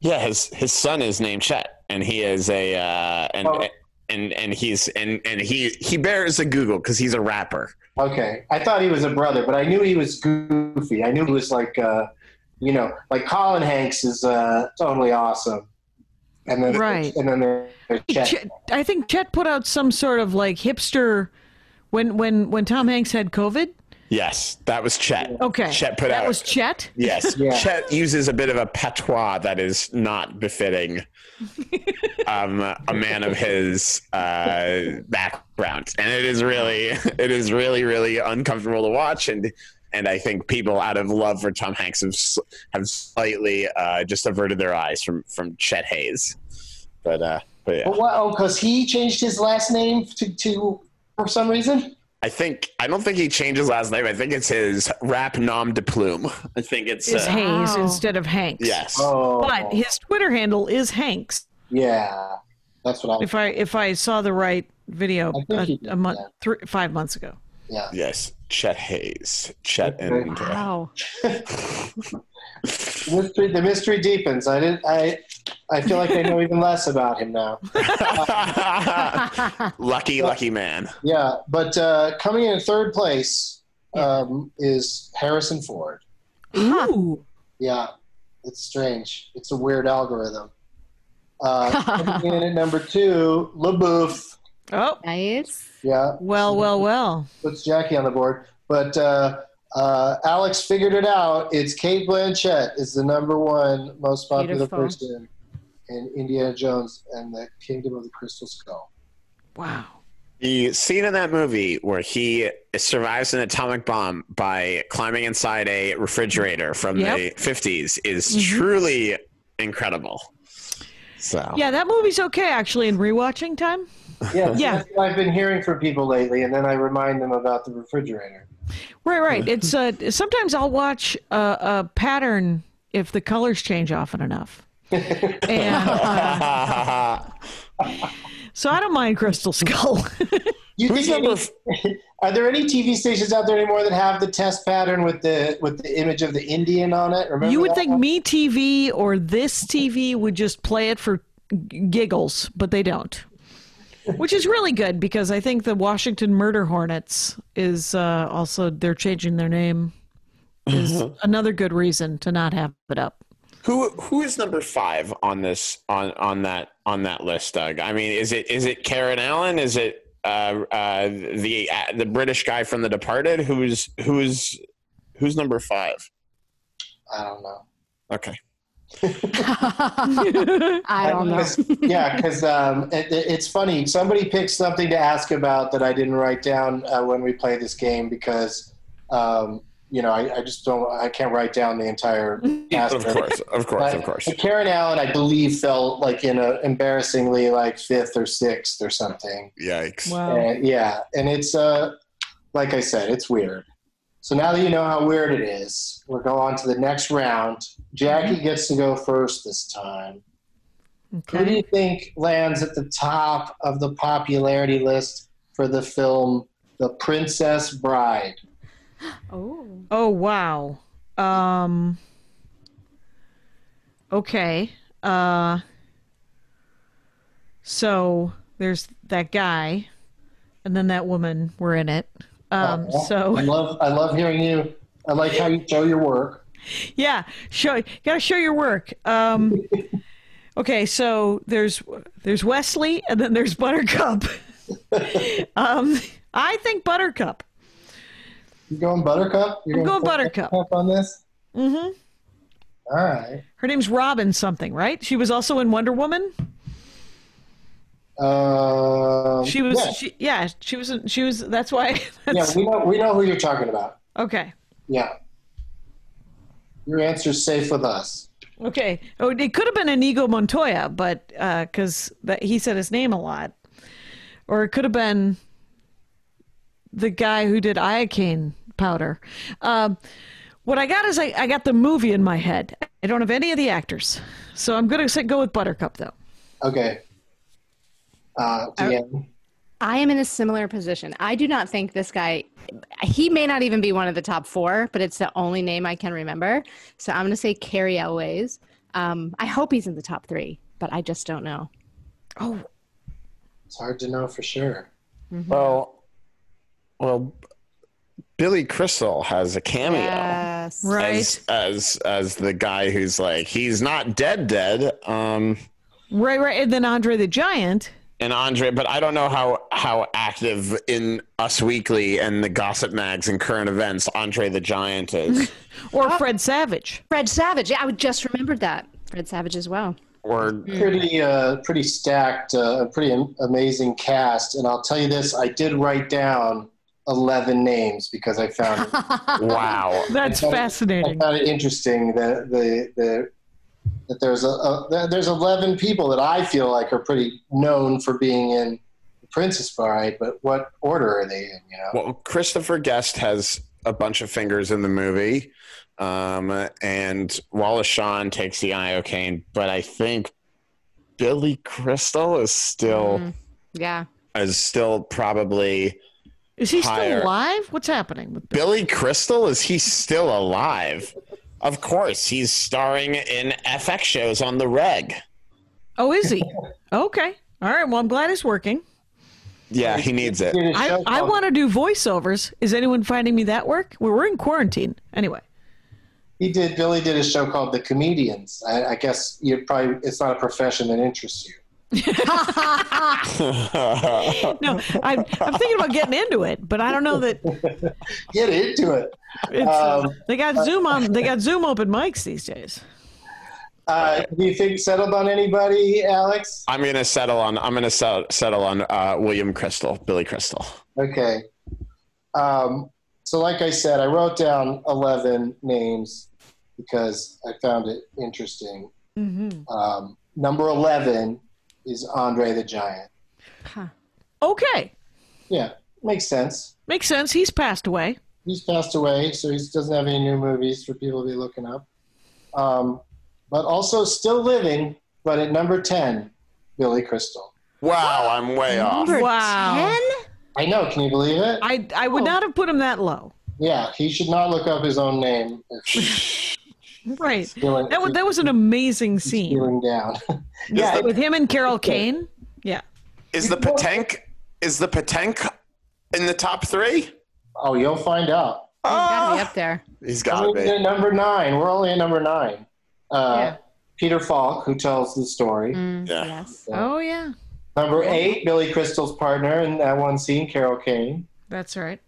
Speaker 3: Yeah, his his son is named Chet, and he is a uh, and.
Speaker 4: Oh.
Speaker 3: And, and he's and, and he he bears a Google because he's a rapper.
Speaker 4: Okay. I thought he was a brother, but I knew he was goofy. I knew he was like uh you know, like Colin Hanks is uh totally awesome. And then
Speaker 5: Right.
Speaker 4: and then there's Chet.
Speaker 5: Chet, I think Chet put out some sort of like hipster when when when Tom Hanks had COVID.
Speaker 3: Yes, that was Chet.
Speaker 5: Okay.
Speaker 3: Chet put
Speaker 5: that
Speaker 3: out.
Speaker 5: was Chet.
Speaker 3: yes,
Speaker 4: Yeah.
Speaker 3: Chet uses a bit of a patois that is not befitting um, a man of his uh, background, and it is really, it is really, really uncomfortable to watch. And and I think people, out of love for Tom Hanks, have s- have slightly uh, just averted their eyes from from Chet Hayes. But uh, but yeah,
Speaker 4: But why- Oh, because he changed his last name to, to for some reason.
Speaker 3: I think I don't think he changed his last name. I think it's his rap nom de plume. I think it's
Speaker 5: Is
Speaker 3: uh,
Speaker 5: Hayes
Speaker 6: Wow.
Speaker 5: instead of Hanks.
Speaker 3: yes.
Speaker 4: Oh,
Speaker 5: But his Twitter handle is Hanks.
Speaker 4: yeah, that's what I.
Speaker 5: If I if I saw the right video uh,
Speaker 4: I think
Speaker 5: a,
Speaker 4: he did
Speaker 5: a month,
Speaker 4: that.
Speaker 5: three, five months ago.
Speaker 4: Yeah.
Speaker 3: Yes, Chet Hayes. Chet
Speaker 4: Okay.
Speaker 3: and uh,
Speaker 6: Wow.
Speaker 4: mystery, the mystery deepens. I didn't. I I feel like I know even less about him now.
Speaker 3: lucky, lucky man.
Speaker 4: Yeah, but uh, coming in third place um, is Harrison Ford.
Speaker 5: Ooh.
Speaker 4: Yeah, it's strange. It's a weird algorithm. Uh, coming in at number two, LaBouffe.
Speaker 5: Oh.
Speaker 6: nice.
Speaker 4: Yeah,
Speaker 5: Well, well, well.
Speaker 4: puts Jackie on the board. But uh, uh, Alex figured it out. It's Kate Blanchett is the number one most popular
Speaker 6: Beautiful.
Speaker 4: person in Indiana Jones and the Kingdom of the Crystal Skull.
Speaker 5: Wow.
Speaker 3: The scene in that movie where he survives an atomic bomb by climbing inside a refrigerator from
Speaker 5: Yep.
Speaker 3: the 50s is truly incredible. So,
Speaker 5: Yeah, that movie's okay actually in rewatching time.
Speaker 4: Yeah,
Speaker 5: Yeah.
Speaker 4: that's what I've been hearing from people lately, and then I remind them about the refrigerator.
Speaker 5: Right, right. It's uh, sometimes I'll watch a, a pattern if the colors change often enough. and, uh, so I don't mind Crystal Skull.
Speaker 4: You
Speaker 3: who's
Speaker 4: think
Speaker 3: number?
Speaker 4: any-
Speaker 3: f-
Speaker 4: Are there any TV stations out there anymore that have the test pattern with the with the image of the Indian on it? Remember
Speaker 5: you would
Speaker 4: that
Speaker 5: think
Speaker 4: one?
Speaker 5: Me TV or This TV would just play it for g- giggles, but they don't. Which is really good because I think the Washington Murder Hornets is uh, also they're changing their name. Is another good reason to not have it up.
Speaker 3: Who who is number five on this on on that on that list, Doug? I mean, is it is it Karen Allen? Is it uh, uh, the uh, the British guy from The Departed? Who's who's who's number five?
Speaker 4: I don't know.
Speaker 3: Okay,
Speaker 6: I don't know.
Speaker 4: yeah, because um, it, it- it's funny. Somebody picked something to ask about that I didn't write down uh, when we play this game because um, you know I, I just don't I can't write down the entire.
Speaker 3: of
Speaker 4: aspect.
Speaker 3: course, of course, of
Speaker 4: But-
Speaker 3: course.
Speaker 4: but Karen Allen, I believe, fell like in a embarrassingly like fifth or sixth or something.
Speaker 3: Yikes!
Speaker 5: Wow.
Speaker 4: Uh, yeah, and it's uh, like I said, it's weird. So now that you know how weird it is, we'll go on to the next round.
Speaker 5: Mm-hmm.
Speaker 4: Jackie gets to go first this time. Who do
Speaker 5: Okay.
Speaker 4: you think lands at the top of the popularity list for the film The Princess Bride?
Speaker 6: Oh.
Speaker 5: Oh wow. Um Okay. Uh So there's that guy and then that woman were in it. Um
Speaker 4: I
Speaker 5: so
Speaker 4: love I love hearing you. I like how you show your work.
Speaker 5: yeah, show got to show your work. Um Okay, so there's there's Wesley and then there's Buttercup. um I think Buttercup.
Speaker 4: You going Buttercup? You're
Speaker 5: I'm going
Speaker 4: full
Speaker 5: Buttercup.
Speaker 4: on this.
Speaker 5: Mhm.
Speaker 4: All right.
Speaker 5: Her name's Robin something, right? She was also in Wonder Woman.
Speaker 4: Um,
Speaker 5: She was,
Speaker 4: Yeah,
Speaker 5: she, yeah, she was, she was. That's why.
Speaker 4: yeah
Speaker 5: That's,
Speaker 4: we know we know who you're talking about.
Speaker 5: Okay,
Speaker 4: Yeah. Your answer's safe with us.
Speaker 5: okay. Oh, it could have been Inigo Montoya, but because that he said his name a lot, or it could have been the guy who did iocane powder. Um, what I got is I, I got the movie in my head. I don't have any of the actors, so I'm gonna say go with Buttercup though.
Speaker 4: Okay. Uh, Deanne.
Speaker 6: I am in a similar position. I do not think this guy, he may not even be one of the top four, but it's the only name I can remember. So I'm going to say Carrie Elways. Um, I hope he's in the top three, but I just don't know.
Speaker 5: Oh,
Speaker 4: it's hard to know for sure.
Speaker 3: Well, well, Billy Crystal has a cameo.
Speaker 6: Yes.
Speaker 5: right,
Speaker 3: As, as as the guy who's like he's not dead dead um
Speaker 5: right, right. And then Andre the Giant.
Speaker 3: and Andre, but I don't know how how active in Us Weekly and the gossip mags and current events Andre the Giant is.
Speaker 5: Or Fred Savage.
Speaker 6: Fred Savage. Yeah, I just remembered that. Fred Savage as well.
Speaker 3: or
Speaker 5: Hmm.
Speaker 4: pretty uh, pretty stacked, uh, pretty am- amazing cast. And I'll tell you this: I did write down eleven names because I found it,
Speaker 3: wow.
Speaker 5: That's
Speaker 4: I I
Speaker 5: fascinating.
Speaker 4: found it interesting that the the that there's a, a that there's eleven people that I feel like are pretty known for being in the Princess Bride, but what order are they in? You know,
Speaker 3: Well, Christopher Guest has a bunch of fingers in the movie, um, and Wallace Shawn takes the iocane, but I think Billy Crystal is still
Speaker 6: Mm. yeah.
Speaker 3: is still probably
Speaker 5: Is he
Speaker 3: higher.
Speaker 5: still alive? What's happening with Bill?
Speaker 3: Billy Crystal. Is he still alive? Of course, he's starring in FX shows on the reg.
Speaker 5: Oh, is he? Okay. All right. Well, I'm glad it's working.
Speaker 3: Yeah, he needs it.
Speaker 4: Did a
Speaker 5: I,
Speaker 4: show
Speaker 5: I
Speaker 4: called-
Speaker 5: want to do voiceovers. Is anyone finding me that work? Well, we're in quarantine. Anyway.
Speaker 4: He did. Billy did a show called The Comedians. I, I guess you probably it's not a profession that interests you.
Speaker 5: No, I'm, I'm thinking about getting into it, but I don't know that
Speaker 4: Get into it.
Speaker 5: it's, uh,
Speaker 4: Um,
Speaker 5: they got Zoom on. They got Zoom open mics these days.
Speaker 4: Uh, do you think settled on anybody, Alex?
Speaker 3: I'm gonna settle on. I'm gonna settle, settle on uh, William Crystal, Billy Crystal.
Speaker 4: Okay. Um, so, like I said, I wrote down 11 names because I found it interesting.
Speaker 5: Mhm.
Speaker 4: Um, number 11 is Andre the Giant.
Speaker 5: Okay,
Speaker 4: Yeah, makes sense.
Speaker 5: makes sense. He's passed away.
Speaker 4: He's passed away, so he doesn't have any new movies for people to be looking up. Um, but also still living, but at number 10, Billy Crystal.
Speaker 3: Wow, I'm way off.
Speaker 6: Number
Speaker 5: Wow.
Speaker 6: 10?
Speaker 4: I know, can you believe it?
Speaker 5: I I would not have put him that low.
Speaker 4: yeah, he should not look up his own name. If
Speaker 5: Right.
Speaker 4: he's feeling,
Speaker 5: That was that was an amazing scene
Speaker 4: feeling down.
Speaker 5: yeah, with him and Carol Kane. Yeah.
Speaker 3: Is the Patank is the Patank in the top three?
Speaker 4: Oh, you'll find out.
Speaker 6: He's got to be up there.
Speaker 3: Ah, He's
Speaker 4: I
Speaker 3: got
Speaker 4: mean,
Speaker 3: me.
Speaker 4: they're number nine. We're only at number nine. Uh,
Speaker 6: Yeah.
Speaker 4: Peter Falk, who tells the story.
Speaker 6: Mm,
Speaker 3: Yeah.
Speaker 6: Yes.
Speaker 5: Oh yeah,
Speaker 4: Number eight, Billy Crystal's partner in that one scene, Carol Kane.
Speaker 5: that's right.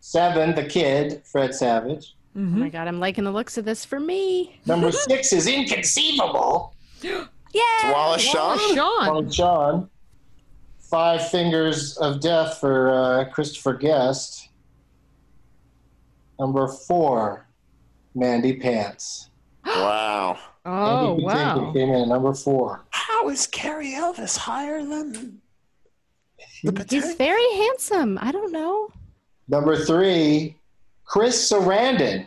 Speaker 4: Seven, the kid, Fred Savage.
Speaker 6: Oh
Speaker 5: Mm-hmm.
Speaker 6: my God, I'm liking the looks of this for me.
Speaker 4: Number six is inconceivable.
Speaker 6: Yeah.
Speaker 3: Wallace Shawn.
Speaker 5: Sean.
Speaker 4: Long John. Five Fingers of Death for uh, Christopher Guest. Number four, Mandy Pants.
Speaker 3: Wow.
Speaker 5: Oh
Speaker 4: Mandy Patinkin
Speaker 5: wow.
Speaker 4: Came in at number four.
Speaker 3: How is Carrie Elvis higher than the
Speaker 6: He's
Speaker 3: Patank?
Speaker 6: very handsome. I don't know.
Speaker 4: Number three, Chris Sarandon.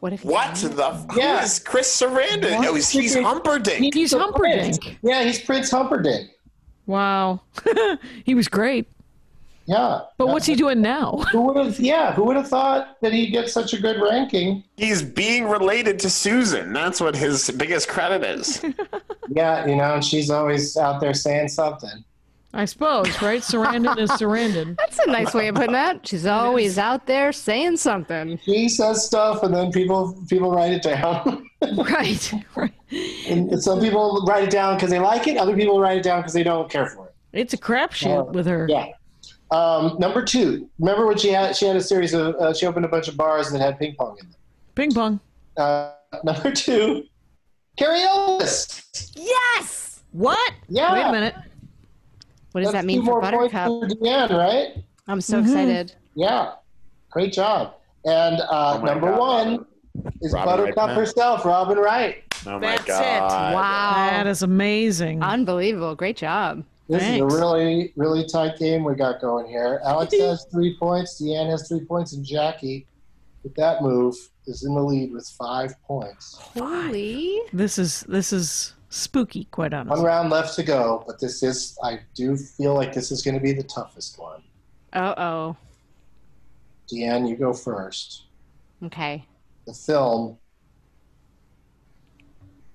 Speaker 6: What if it's
Speaker 3: What
Speaker 6: him?
Speaker 3: the? Who is
Speaker 4: Yeah.
Speaker 3: Chris Sarandon?
Speaker 4: What?
Speaker 3: No, he's he's Humperdinck.
Speaker 5: He's Humperdinck.
Speaker 4: Yeah, he's Prince Humperdinck.
Speaker 5: Wow. he was great.
Speaker 4: Yeah.
Speaker 5: But what's he doing now?
Speaker 4: Who would have? Yeah, who would have thought that he'd get such a good ranking?
Speaker 3: He's being related to Susan. That's what his biggest credit is.
Speaker 4: Yeah, you know, and she's always out there saying something.
Speaker 5: I suppose, right? Sarandon is Sarandon.
Speaker 6: That's a nice way of putting that. She's always out there saying something.
Speaker 4: She says stuff, and then people people write it down.
Speaker 5: Right. Right.
Speaker 4: and some people write it down because they like it. Other people write it down because they don't care for it.
Speaker 5: It's a crapshoot with her.
Speaker 4: Yeah. Um, number two, remember when she had she had a series of uh, she opened a bunch of bars that had ping pong in them.
Speaker 5: Ping pong.
Speaker 4: Uh, number two, Carrie Ellis.
Speaker 6: Yes.
Speaker 5: What?
Speaker 4: Yeah.
Speaker 5: Wait a minute.
Speaker 6: What does
Speaker 4: That's
Speaker 6: that mean
Speaker 4: two
Speaker 6: for
Speaker 4: more points
Speaker 6: Buttercup?
Speaker 4: for Deanne, right?
Speaker 6: I'm so excited.
Speaker 4: Yeah, great job. And uh,
Speaker 3: Oh my
Speaker 4: number
Speaker 3: God.
Speaker 4: one is
Speaker 3: Robin
Speaker 4: Buttercup
Speaker 3: Wright.
Speaker 4: herself, Robin Wright.
Speaker 3: Oh my
Speaker 5: That's it.
Speaker 3: god!
Speaker 5: That
Speaker 6: Wow.
Speaker 5: is amazing.
Speaker 6: Unbelievable. Great job.
Speaker 4: This
Speaker 5: Thanks.
Speaker 4: is a really, really tight game we got going here. Alex has three points, Deanne has three points, and Jackie, with that move, is in the lead with five points.
Speaker 6: Holy.
Speaker 5: This is this is spooky, quite
Speaker 4: One
Speaker 5: honestly.
Speaker 4: round left to go, but this is, I do feel like this is going to be the toughest one.
Speaker 6: Uh oh.
Speaker 4: Deanne, you go first.
Speaker 6: Okay.
Speaker 4: The film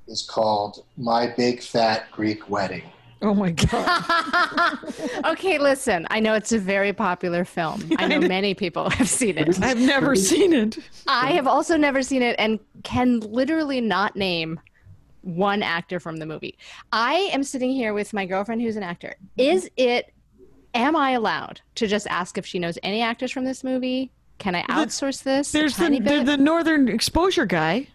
Speaker 4: is called My Big Fat Greek Wedding.
Speaker 5: Oh my god.
Speaker 6: okay, listen. I know it's a very popular film. I know many people have seen it.
Speaker 5: I've never seen it.
Speaker 6: I have also never seen it and can literally not name one actor from the movie. I am sitting here with my girlfriend who's an actor.
Speaker 5: Mm-hmm.
Speaker 6: Is it am I allowed to just ask if she knows any actors from this movie? Can I outsource this? a
Speaker 5: There's the
Speaker 6: tiny
Speaker 5: the,
Speaker 6: bit?
Speaker 5: the Northern Exposure guy.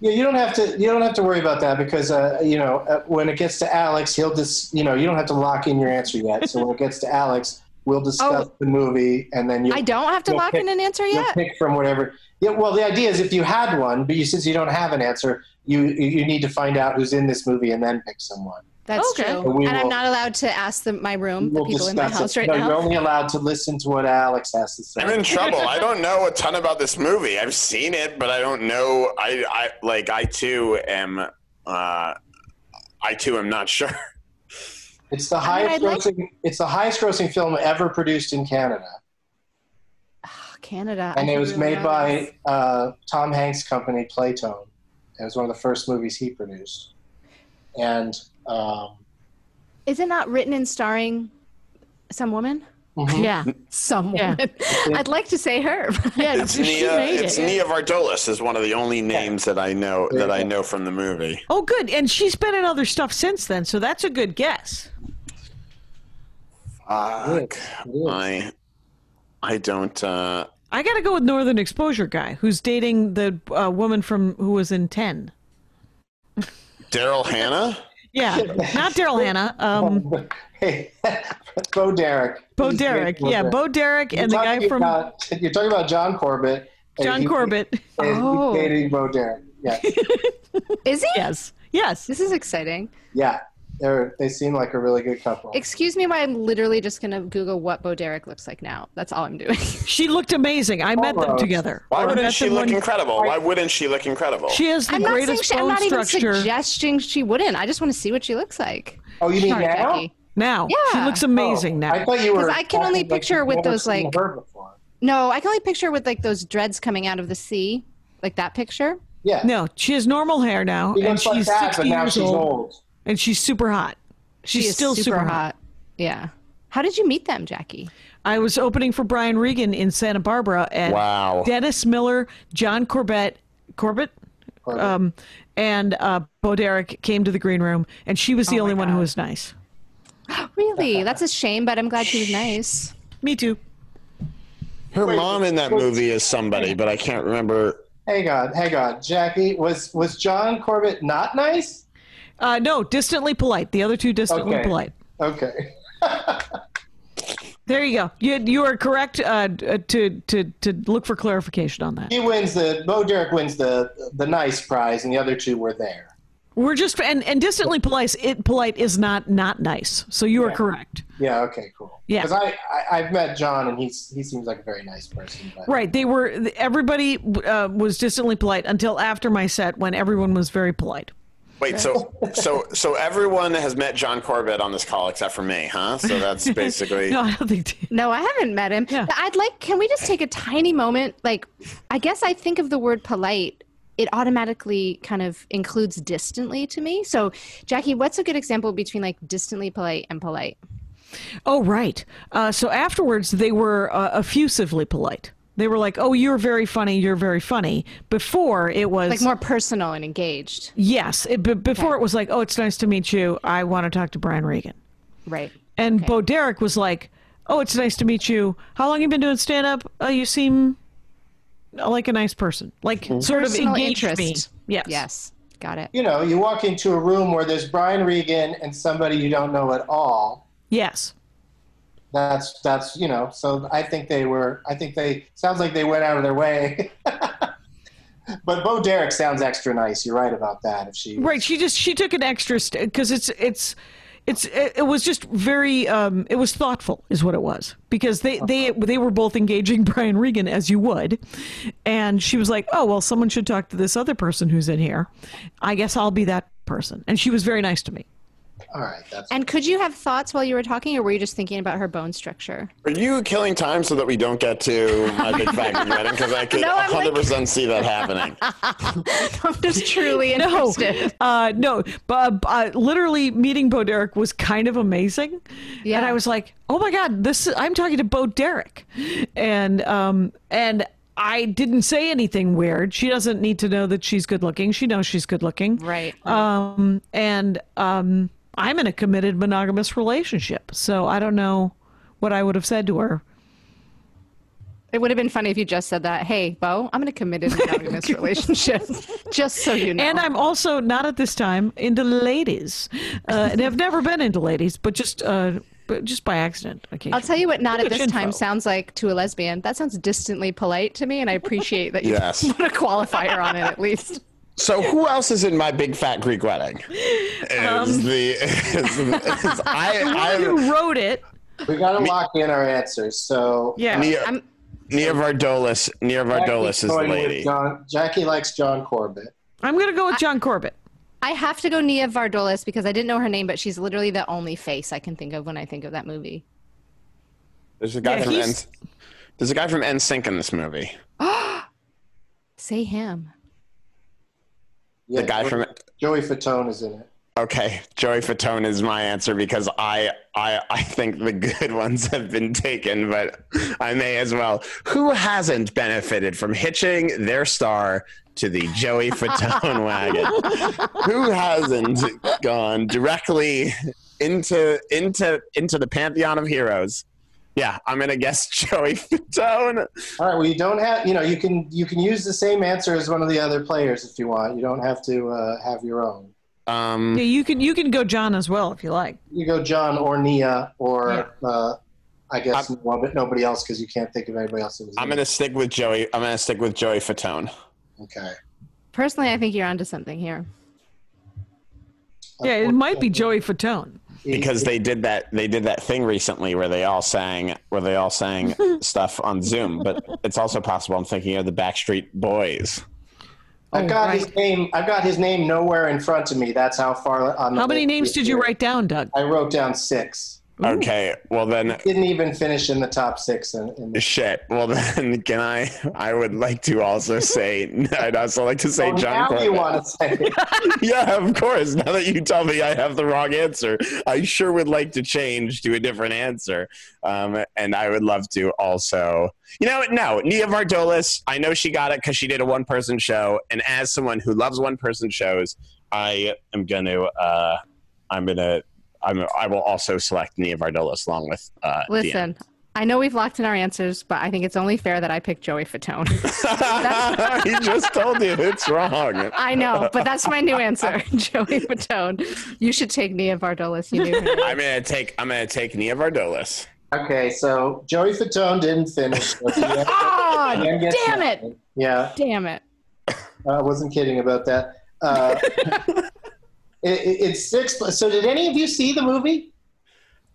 Speaker 4: Yeah, you don't have to. You don't have to worry about that because uh, you know uh, when it gets to Alex, he'll just you know you don't have to lock in your answer yet. So when it gets to Alex, we'll discuss
Speaker 6: Oh.
Speaker 4: the movie and then you.
Speaker 6: I don't have to
Speaker 4: You'll
Speaker 6: lock
Speaker 4: pick-
Speaker 6: in an answer
Speaker 4: you'll
Speaker 6: yet.
Speaker 4: pick from whatever. Yeah, well, the idea is if you had one, but you since you don't have an answer, you you you need to find out who's in this movie and then pick someone.
Speaker 6: That's
Speaker 7: Okay.
Speaker 6: true.
Speaker 4: But we
Speaker 6: and I'm
Speaker 4: will-
Speaker 6: not allowed to ask the, my room, the people in my house
Speaker 4: it.
Speaker 6: right
Speaker 4: no,
Speaker 6: now.
Speaker 4: you're only allowed to listen to what Alex has to say.
Speaker 3: I'm in trouble. I don't know a ton about this movie. I've seen it, but I don't know. I, I like. I too am. Uh, I too am not sure.
Speaker 4: it's the
Speaker 6: I mean,
Speaker 4: highest
Speaker 6: I'd like-
Speaker 4: grossing. It's the highest grossing film ever produced in Canada,
Speaker 6: Oh, Canada. I
Speaker 4: and it was
Speaker 6: really
Speaker 4: made
Speaker 6: know
Speaker 4: by
Speaker 6: this.
Speaker 4: uh, Tom Hanks' company Playtone. It was one of the first movies he produced, and um,
Speaker 6: Is it not written and starring some woman?
Speaker 4: mhm.
Speaker 7: Yeah.
Speaker 6: Some
Speaker 7: Yeah.
Speaker 6: woman. I'd like to say her. but-
Speaker 7: Yeah.
Speaker 3: It's
Speaker 7: she
Speaker 3: Nia.
Speaker 7: made
Speaker 3: It's
Speaker 7: it.
Speaker 3: Nia Vardolis is one of the only names that I know
Speaker 4: There
Speaker 3: that
Speaker 4: you
Speaker 3: I
Speaker 4: go.
Speaker 3: know from the movie.
Speaker 5: Oh, good. And she's been in other stuff since then, so that's a good guess.
Speaker 3: Fuck.
Speaker 4: It is.
Speaker 3: I I don't. Uh,
Speaker 5: I got to go with Northern Exposure guy, who's dating the uh, woman from who was in Ten.
Speaker 3: Daryl Hannah.
Speaker 5: Yeah, not Daryl Hannah. Um,
Speaker 4: Hey, Bo Derek.
Speaker 5: Bo
Speaker 4: Oh, He's great,
Speaker 5: Derrick. Yeah,
Speaker 4: Derek.
Speaker 5: Bo Derrick
Speaker 4: You're
Speaker 5: and the guy
Speaker 4: talking
Speaker 5: from
Speaker 4: about- you're talking about John Corbett. and
Speaker 5: John
Speaker 4: he-
Speaker 5: Corbett.
Speaker 4: and he's
Speaker 6: Oh.
Speaker 4: dating Bo Derek. Yeah,
Speaker 6: Is he?
Speaker 5: Yes, yes.
Speaker 6: This is exciting.
Speaker 4: yeah. They're, they seem like a really good couple.
Speaker 6: Excuse me, but I'm literally just going to Google what Bo Derek looks like now. That's all I'm doing.
Speaker 5: She looked amazing. I met them
Speaker 4: Almost.
Speaker 5: together. I
Speaker 3: Why wouldn't
Speaker 5: met
Speaker 3: she
Speaker 5: them
Speaker 3: look
Speaker 5: when-
Speaker 3: incredible? Why wouldn't she look incredible?
Speaker 5: She has the
Speaker 6: I'm not, saying
Speaker 5: greatest
Speaker 6: she, I'm
Speaker 5: bone
Speaker 6: not even
Speaker 5: structure
Speaker 6: suggesting she wouldn't. I just want to see what she looks like.
Speaker 4: oh, you mean
Speaker 6: Sorry,
Speaker 4: now?
Speaker 6: Jackie.
Speaker 5: now. She
Speaker 6: Yeah.
Speaker 5: looks
Speaker 4: Oh,
Speaker 5: amazing now.
Speaker 4: I thought you were.
Speaker 6: 'Cause I can only
Speaker 4: talking like
Speaker 6: picture
Speaker 4: you've
Speaker 6: with
Speaker 4: never
Speaker 6: those,
Speaker 4: seen
Speaker 6: like-
Speaker 4: her before.
Speaker 6: No, I can only picture with like those dreads coming out of the sea, like that picture.
Speaker 4: Yeah.
Speaker 5: no, she has normal hair now,
Speaker 4: She
Speaker 5: and
Speaker 4: looks like
Speaker 5: she's
Speaker 4: that,
Speaker 5: 60
Speaker 4: but now
Speaker 5: years
Speaker 4: she's
Speaker 5: old,
Speaker 4: old.
Speaker 5: and she's super hot. She's
Speaker 6: She is
Speaker 5: still super, hot.
Speaker 6: Yeah. How did you meet them, Jackie?
Speaker 5: I was opening for Brian Regan in Santa Barbara, and
Speaker 3: Wow.
Speaker 5: Dennis Miller, John Corbett, Corbett,
Speaker 4: Corbett.
Speaker 5: um, and uh, Bo Derek came to the green room, and she was the
Speaker 4: Oh
Speaker 5: only one who was nice.
Speaker 6: Really? That's a shame, but I'm glad she was nice.
Speaker 5: Me too.
Speaker 3: Her mom in that movie is somebody, but I can't remember.
Speaker 4: Hang on, hang on, Jackie. Was was John Corbett not nice?
Speaker 5: Uh, no, distantly polite. The other two distantly
Speaker 4: Okay.
Speaker 5: polite.
Speaker 4: Okay.
Speaker 5: There you go. You, you are correct uh, d- uh, to to to look for clarification on that.
Speaker 4: He wins the Bo Derek wins the the nice prize, and the other two were there.
Speaker 5: We're just and, and distantly polite. It polite is not not nice. So you are correct.
Speaker 4: Yeah. Okay. Cool.
Speaker 5: Yeah.
Speaker 4: Because I, I I've met John, and he's he seems like a very nice person. But
Speaker 5: Right. They were everybody uh, was distantly polite until after my set when everyone was very polite.
Speaker 3: Wait, so so so everyone has met John Corbett on this call except for me, huh? So that's basically.
Speaker 5: No, I don't think. They,
Speaker 6: No, I haven't met him.
Speaker 5: Yeah.
Speaker 6: But I'd like, can we just take a tiny moment? Like, I guess I think of the word polite, it automatically kind of includes distantly to me. So, Jackie, what's a good example between like distantly polite and polite?
Speaker 5: oh, right. Uh, so afterwards, they were uh, effusively polite. They were like, "Oh, you're very funny. You're very funny." Before it was
Speaker 6: Like more personal and engaged.
Speaker 5: yes. It, b- before it was like, "Oh, it's nice to meet you. I want to talk to Brian Regan."
Speaker 6: Right.
Speaker 5: And Bo Derek was like, "Oh, it's nice to meet you. How long you been doing stand up? Uh, you seem like a nice person. Like sort
Speaker 6: Personal
Speaker 5: of engaged
Speaker 6: interest.
Speaker 5: me. Yes.
Speaker 6: Yes. Got it.
Speaker 4: You know, you walk into a room where there's Brian Regan and somebody you don't know at all.
Speaker 5: Yes.
Speaker 4: That's that's you know. So I think they were. I think they sounds like they went out of their way. but Bo Derek sounds extra nice. You're right about that. If she
Speaker 5: Right. She just she took an extra because it's it's it's it, it was just very um it was thoughtful is what it was because they they they were both engaging Brian Regan as you would, and she was like, "Oh well, someone should talk to this other person who's in here. I guess I'll be that person." And she was very nice to me.
Speaker 4: All right. That's
Speaker 6: And could you have thoughts while you were talking, or were you just thinking about her bone structure?
Speaker 3: Are you killing time so that we don't get to my big fat wedding? Because I could
Speaker 6: No, I'm like-
Speaker 3: 100% see that happening.
Speaker 6: I'm just truly
Speaker 5: No,
Speaker 6: interested.
Speaker 5: uh, no, but uh, literally meeting Bo Derek was kind of amazing,
Speaker 6: Yeah.
Speaker 5: and I was like, "Oh my god, this! Is, I'm talking to Bo Derek," and um, and I didn't say anything weird. She doesn't need to know that she's good looking. She knows she's good looking,
Speaker 6: Right.
Speaker 5: Um, and um, I'm in a committed monogamous relationship, so I don't know what I would have said to her.
Speaker 6: It would have been funny if you just said that. Hey, Bo, I'm in a committed monogamous relationship, just so you know.
Speaker 5: And I'm also not at this time into ladies. Uh, and I've never been into ladies, but just uh, but just by accident. Okay.
Speaker 6: I'll tell you what, not at
Speaker 5: Pretty
Speaker 6: this
Speaker 5: much
Speaker 6: time
Speaker 5: info.
Speaker 6: sounds like to a lesbian. That sounds distantly polite to me, and I appreciate that you
Speaker 3: Yes.
Speaker 6: put a qualifier on it at least.
Speaker 3: So who else is in my big fat Greek wedding? Is
Speaker 6: Um,
Speaker 3: the is, is I, I,
Speaker 5: who wrote it?
Speaker 4: We got to lock in our answers. So
Speaker 5: Yeah.
Speaker 3: Nia,
Speaker 6: I'm-
Speaker 3: Nia Vardolis Nia Vardolis is the
Speaker 4: going with
Speaker 3: lady.
Speaker 4: John, Jackie likes John Corbett.
Speaker 5: I'm gonna go with John Corbett.
Speaker 6: I have to go Nia Vardolis because I didn't know her name, but she's literally the only face I can think of when I think of that movie.
Speaker 3: There's a guy
Speaker 5: Yeah,
Speaker 3: from N-
Speaker 5: he's-
Speaker 3: There's a guy from NSYNC in this movie.
Speaker 6: Say him.
Speaker 4: Yeah,
Speaker 3: the guy
Speaker 4: Joey-
Speaker 3: from
Speaker 4: Joey Fatone is in it.
Speaker 3: Okay, Joey Fatone is my answer because I I I think the good ones have been taken, but I may as well. Who hasn't benefited from hitching their star to the Joey Fatone wagon? Who hasn't gone directly into into into the pantheon of heroes? Yeah, I'm gonna guess Joey Fatone.
Speaker 4: All right. Well, you don't have. You know, you can you can use the same answer as one of the other players if you want. You don't have to uh, have your own.
Speaker 3: Um,
Speaker 5: Yeah, you can you can go John as well if you like.
Speaker 4: You go John or Nia or uh, I guess well, but nobody else because you can't think of anybody else. Who was in
Speaker 3: I'm
Speaker 4: it.
Speaker 3: gonna stick with Joey. I'm gonna stick with Joey Fatone.
Speaker 4: Okay.
Speaker 6: Personally, I think you're onto something here.
Speaker 5: Yeah, it might be Joey Fatone.
Speaker 3: because they did that they did that thing recently where they all sang where they all sang stuff on Zoom. But it's also possible I'm thinking of the Backstreet Boys.
Speaker 4: I've got
Speaker 5: right.
Speaker 4: his name. I've got his name nowhere in front of me. That's how far on. The
Speaker 5: How many
Speaker 4: list
Speaker 5: names
Speaker 4: it
Speaker 5: did you
Speaker 4: is.
Speaker 5: write down, Doug?
Speaker 4: I wrote down six.
Speaker 3: Okay, well then
Speaker 4: Didn't even finish in the top six. In, in the-
Speaker 3: shit. Well then can I I would like to also say I'd also like to say
Speaker 4: Oh,
Speaker 3: John
Speaker 4: now you
Speaker 3: Corbett.
Speaker 4: want to say? it.
Speaker 3: Yeah, of course. Now that you tell me I have the wrong answer, I sure would like to change to a different answer. Um, and I would love to also, you know, what? no, Nia Vardolis. I know she got it because she did a one-person show, and as someone who loves one-person shows, I am gonna, uh, I'm gonna, I'm, I will also select Nia Vardolis along with. Uh, Dion.
Speaker 6: Listen, I know we've locked in our answers, but I think it's only fair that I pick Joey Fatone.
Speaker 3: he just told you it's wrong.
Speaker 6: I know, but that's my new answer, Joey Fatone. You should take Nia Vardolis. You knew her.
Speaker 3: I'm gonna take, I'm gonna take Nia Vardolis.
Speaker 4: Okay, so Joey Fatone didn't finish.
Speaker 6: Oh, damn it.
Speaker 4: Yeah,
Speaker 6: Damn it.
Speaker 4: I wasn't kidding about that. Uh, it, it- it's six. So, did any of you see the movie?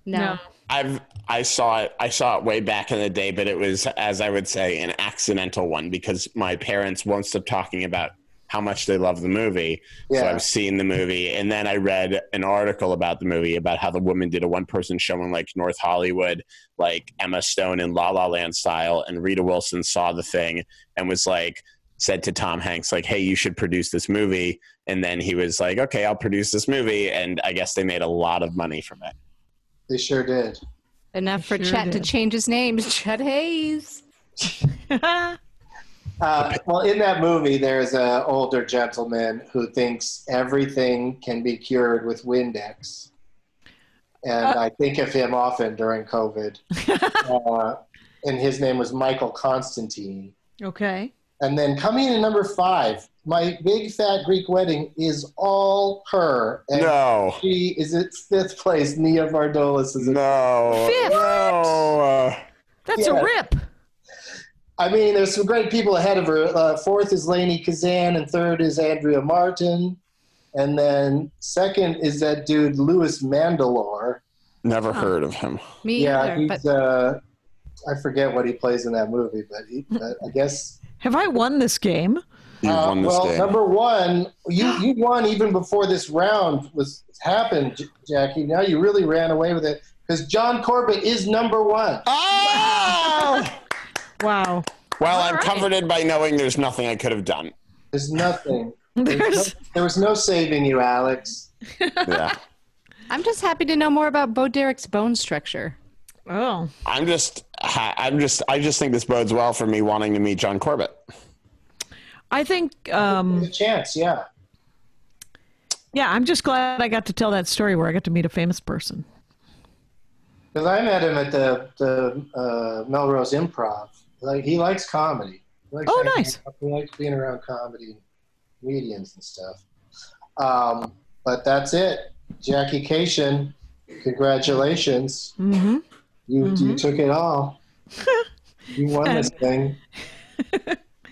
Speaker 6: No.
Speaker 3: I've I saw it I saw it way back in the day, but it was as I would say an accidental one because my parents won't stop talking about how much they love the movie. So
Speaker 4: Yeah.
Speaker 3: I've seen the movie and then I read an article about the movie about how the woman did a one person show in like North Hollywood, like Emma Stone in La La Land style, and Rita Wilson saw the thing and was like said to Tom Hanks, like, hey, you should produce this movie. And then he was like, okay, I'll produce this movie. And I guess they made a lot of money from it.
Speaker 4: They sure did.
Speaker 6: Enough for
Speaker 5: sure
Speaker 6: Chet to
Speaker 5: did.
Speaker 6: change his name to Chet Hayes.
Speaker 4: Uh, well, in that movie, there's an older gentleman who thinks everything can be cured with Windex, and I think of him often during COVID. uh, and his name was Michael Constantine.
Speaker 5: okay.
Speaker 4: And then coming in at number five, my big fat Greek wedding is all her. And
Speaker 3: No.
Speaker 4: she is at fifth place. Nia Vardolis is. At,
Speaker 3: No.
Speaker 5: Fifth.
Speaker 3: No.
Speaker 5: That's
Speaker 4: Yeah.
Speaker 5: a rip.
Speaker 4: I mean, there's some great people ahead of her. Uh, fourth is Lainey Kazan, and third is Andrea Martin, and then second is that dude Louis Mandalore.
Speaker 3: Never heard of him.
Speaker 6: Me
Speaker 4: Yeah,
Speaker 6: either.
Speaker 4: he's.
Speaker 6: But
Speaker 4: Uh, I forget what he plays in that movie, but, he, but I guess.
Speaker 5: Have I won this game?
Speaker 3: You've
Speaker 4: Uh,
Speaker 3: won this
Speaker 4: well,
Speaker 3: game.
Speaker 4: number one, you, you won even before this round was happened, J- Jackie. Now you really ran away with it because John Corbett is number one.
Speaker 3: oh!
Speaker 5: Wow.
Speaker 3: well, I'm comforted by knowing there's nothing I could have done.
Speaker 4: There's nothing.
Speaker 5: There's
Speaker 4: There was no saving you, Alex.
Speaker 3: Yeah.
Speaker 6: I'm just happy to know more about Bo Derek's bone structure.
Speaker 5: oh.
Speaker 3: I'm just, I- I'm just, I just think this bodes well for me wanting to meet John Corbett.
Speaker 5: I think um
Speaker 4: There's a chance, yeah.
Speaker 5: yeah, I'm just glad I got to tell that story where I got to meet a famous person.
Speaker 4: Because I met him at the the uh, Melrose Improv. Like he likes comedy. He likes
Speaker 5: Oh,
Speaker 4: hanging
Speaker 5: nice.
Speaker 4: out. He likes being around comedy, comedians and stuff. Um, but that's it. Jackie Cation, congratulations.
Speaker 5: Mm-hmm.
Speaker 4: You you took it all. you won this thing.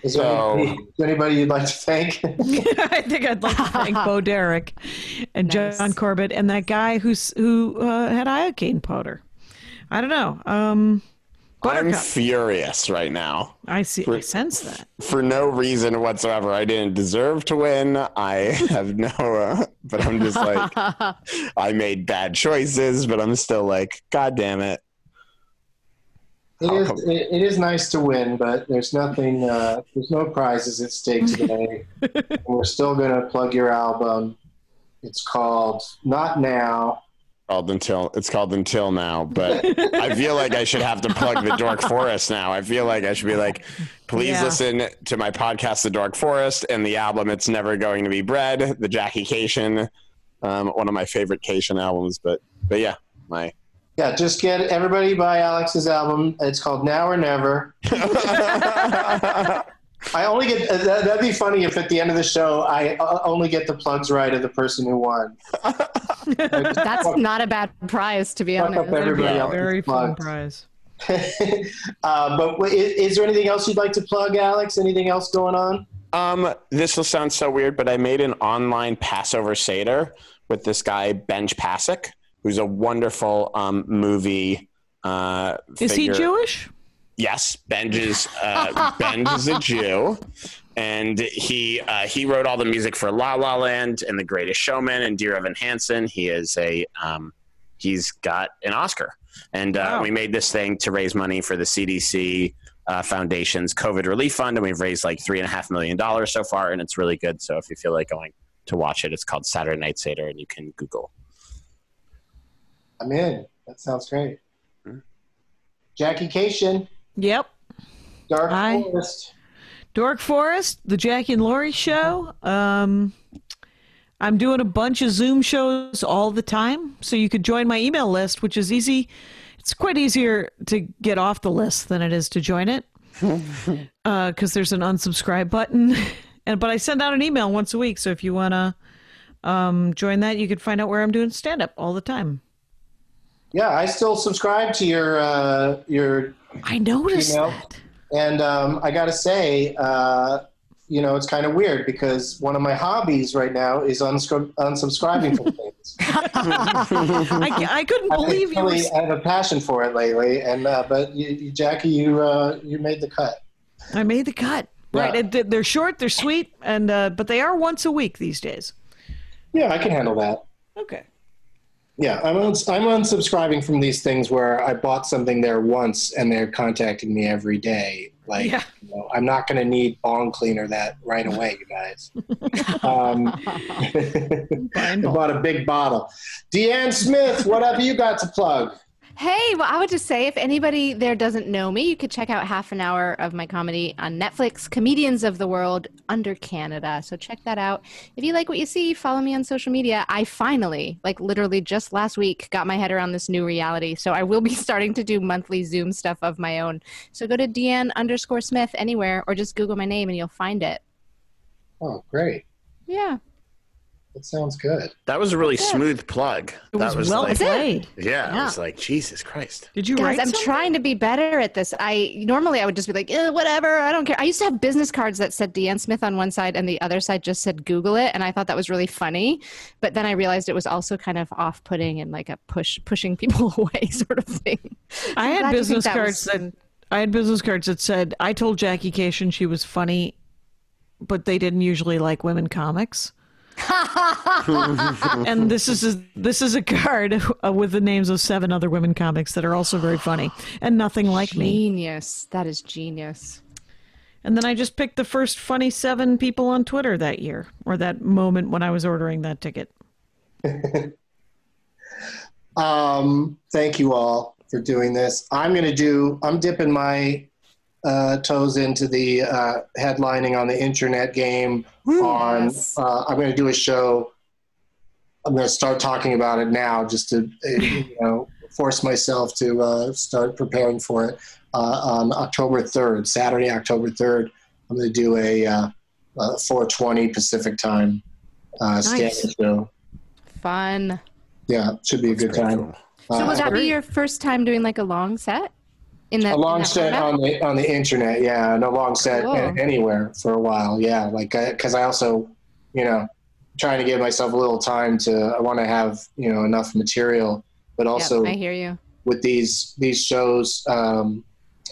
Speaker 4: Is there
Speaker 3: So-
Speaker 4: anybody, anybody you'd like to thank?
Speaker 5: I think I'd like to thank Bo Derek and
Speaker 6: Nice.
Speaker 5: John Corbett and that guy who's who uh, had iocane powder. I don't know. Um,
Speaker 3: I'm
Speaker 5: Buttercup.
Speaker 3: furious right now
Speaker 5: I see. I sense that.
Speaker 3: for no reason whatsoever. I didn't deserve to win. I have no, uh, but I'm just like, I made bad choices, but I'm still like, God damn it.
Speaker 4: It is, it, it is nice to win, but there's nothing, uh, there's no prizes at stake today. And We're still going to plug your album. It's called Not Now.
Speaker 3: Called until it's called until now, but I feel like I should have to plug the Dork Forest now. I feel like I should be like, please
Speaker 5: Yeah.
Speaker 3: listen to my podcast, The Dork Forest, and the album "It's Never Going to Be Bread," the Jackie Cation, um, one of my favorite Cation albums. But but yeah, my
Speaker 4: Yeah, just get everybody buy Alex's album. It's called Now or Never. I only get uh, that, that'd be funny if at the end of the show I uh, only get the plugs right of the person who won.
Speaker 6: That's not a bad prize, to be
Speaker 4: Fuck up
Speaker 6: honest.
Speaker 4: everybody
Speaker 5: That'd be a
Speaker 4: else
Speaker 5: Very
Speaker 4: is
Speaker 5: fun
Speaker 4: plugged.
Speaker 5: prize.
Speaker 4: uh, but w- is, is there anything else you'd like to plug, Alex? Anything else going on?
Speaker 3: Um, this will sound so weird, but I made an online Passover Seder with this guy, Benj Pasek, who's a wonderful um, movie. Uh,
Speaker 5: Is he
Speaker 3: figure.
Speaker 5: Jewish?
Speaker 3: Yes, Benj is uh, Benj is a Jew, and he uh, he wrote all the music for La La Land and The Greatest Showman and Dear Evan Hansen. He is a um, he's got an Oscar, and uh,
Speaker 5: Wow.
Speaker 3: we made this thing to raise money for the CDC uh, Foundation's COVID relief fund, and we've raised like three and a half million dollars so far, and it's really good. So if you feel like going to watch it, it's called Saturday Night Seder, and you can Google.
Speaker 4: I'm in. That sounds great. Jackie Cation,
Speaker 5: Yep.
Speaker 4: Dark
Speaker 5: Hi.
Speaker 4: Forest.
Speaker 5: Dork Forest, the Jackie and Laurie show. Um, I'm doing a bunch of Zoom shows all the time, so you could join my email list, which is easy. It's quite easier to get off the list than it is to join it because there's an unsubscribe button. And but I send out an email once a week, so if you wanna um, join that, you can find out where I'm doing stand up all the time.
Speaker 4: Yeah, I still subscribe to your uh, your,
Speaker 5: I noticed
Speaker 4: Email.
Speaker 5: that.
Speaker 4: and um, I gotta say, uh, you know, it's kind of weird because one of my hobbies right now is unscri- unsubscribing from things.
Speaker 5: I, I couldn't
Speaker 4: I've been
Speaker 5: believe you. Were,
Speaker 4: really- I have a passion for it lately, and uh, but you, you, Jackie, you uh, you made the cut.
Speaker 5: I made the cut. Right.
Speaker 4: Yeah.
Speaker 5: and th- They're short, they're sweet, and uh, but they are once a week these days.
Speaker 4: Yeah, I can handle that.
Speaker 5: Okay.
Speaker 4: Yeah, I'm uns- I'm unsubscribing from these things where I bought something there once and they're contacting me every day. Like,
Speaker 5: Yeah.
Speaker 4: you know, I'm not going to need bong cleaner that right away, you guys. um, I bought a big bottle. Deanne Smith, what have you got to plug?
Speaker 6: Hey, well, I would just say if anybody there doesn't know me, you could check out half an hour of my comedy on Netflix, Comedians of the World Under Canada. So check that out. If you like what you see, follow me on social media. I finally, like literally just last week, got my head around this new reality. So I will be starting to do monthly Zoom stuff of my own. So go to Deanne underscore Smith anywhere or just Google my name and you'll find it.
Speaker 4: Oh, great.
Speaker 6: Yeah.
Speaker 4: That sounds good.
Speaker 3: That was a really smooth plug.
Speaker 5: It was,
Speaker 3: that was
Speaker 5: well
Speaker 3: like,
Speaker 5: played.
Speaker 3: yeah, I
Speaker 6: Yeah.
Speaker 3: was like Jesus Christ.
Speaker 5: Did you
Speaker 6: Guys,
Speaker 5: write
Speaker 6: I'm
Speaker 5: something?
Speaker 6: trying to be better at this. I normally I would just be like, "Eh, whatever, I don't care. I used to have business cards that said Deanne Smith on one side and the other side just said Google it, and I thought that was really funny. But then I realized it was also kind of off-putting and like a push pushing people away sort of thing. glad
Speaker 5: I had
Speaker 6: you think
Speaker 5: business
Speaker 6: that
Speaker 5: cards
Speaker 6: was-
Speaker 5: that I had business cards that said I told Jackie Cation she was funny, but they didn't usually like women comics. and this is a, this is a card uh, with the names of seven other women comics that are also very funny and nothing like me.
Speaker 6: Genius. That is genius.
Speaker 5: And then I just picked the first funny seven people on Twitter that year, or that moment when I was ordering that ticket.
Speaker 4: Um, thank you all for doing this. I'm going to do, I'm dipping my uh, toes into the uh, headlining on the internet game. on,
Speaker 6: Yes.
Speaker 4: uh, I'm going to do a show. I'm going to start talking about it now just to, uh, you know, force myself to uh, start preparing for it uh, on October 3rd, Saturday, October 3rd. I'm going to do a uh, uh, 420 Pacific time uh, standing show.
Speaker 6: Fun.
Speaker 4: Yeah, should be a good time.
Speaker 6: So
Speaker 4: Uh,
Speaker 6: would that be your first time doing like a long set? In that
Speaker 4: a
Speaker 6: in
Speaker 4: long
Speaker 6: that
Speaker 4: set
Speaker 6: format?
Speaker 4: on the on the internet, yeah, and a long set
Speaker 6: Cool.
Speaker 4: a- anywhere for a while, yeah. Like, because I, also, you know, trying to give myself a little time to. I want to have you know enough material, but
Speaker 6: Yep,
Speaker 4: also
Speaker 6: I hear you.
Speaker 4: with these these shows, um,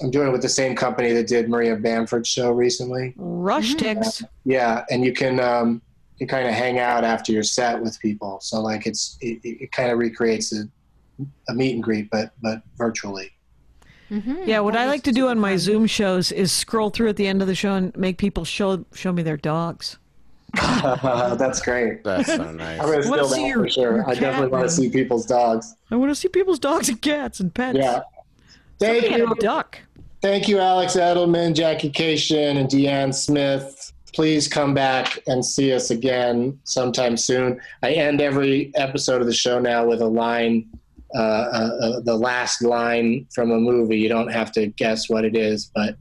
Speaker 4: I'm doing it with the same company that did Maria Bamford's show recently.
Speaker 5: Rush
Speaker 6: Mhm.
Speaker 5: ticks.
Speaker 4: Yeah, and you can um, you kind of hang out after your set with people. So like, it's it, it kind of recreates a, a meet and greet, but but virtually.
Speaker 6: Mhm.
Speaker 5: Yeah, what
Speaker 6: That
Speaker 5: I
Speaker 6: is
Speaker 5: like to do on my
Speaker 6: fun.
Speaker 5: Zoom shows is scroll through at the end of the show and make people show show me their dogs.
Speaker 4: That's great.
Speaker 3: That's so
Speaker 4: I'm
Speaker 3: nice.
Speaker 4: gonna
Speaker 5: wanna
Speaker 4: steal
Speaker 5: see
Speaker 4: that
Speaker 5: your-
Speaker 4: for sure.
Speaker 5: your
Speaker 4: I definitely
Speaker 5: cat
Speaker 4: want
Speaker 5: room.
Speaker 4: to see people's dogs.
Speaker 5: I want to see people's dogs and cats and pets.
Speaker 4: Yeah. Thank
Speaker 5: And
Speaker 4: you,
Speaker 5: a duck.
Speaker 4: thank you, Alex Edelman, Jackie Cation, and Deanne Smith. Please come back and see us again sometime soon. I end every episode of the show now with a line, uh, uh, uh, the last line from a movie. You don't have to guess what it is, but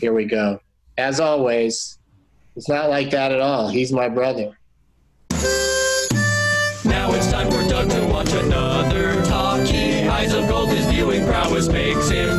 Speaker 4: here we go. As always, it's not like that at all. He's my brother.
Speaker 1: Now it's time for Doug to watch another talkie. Eyes of gold, his viewing prowess makes him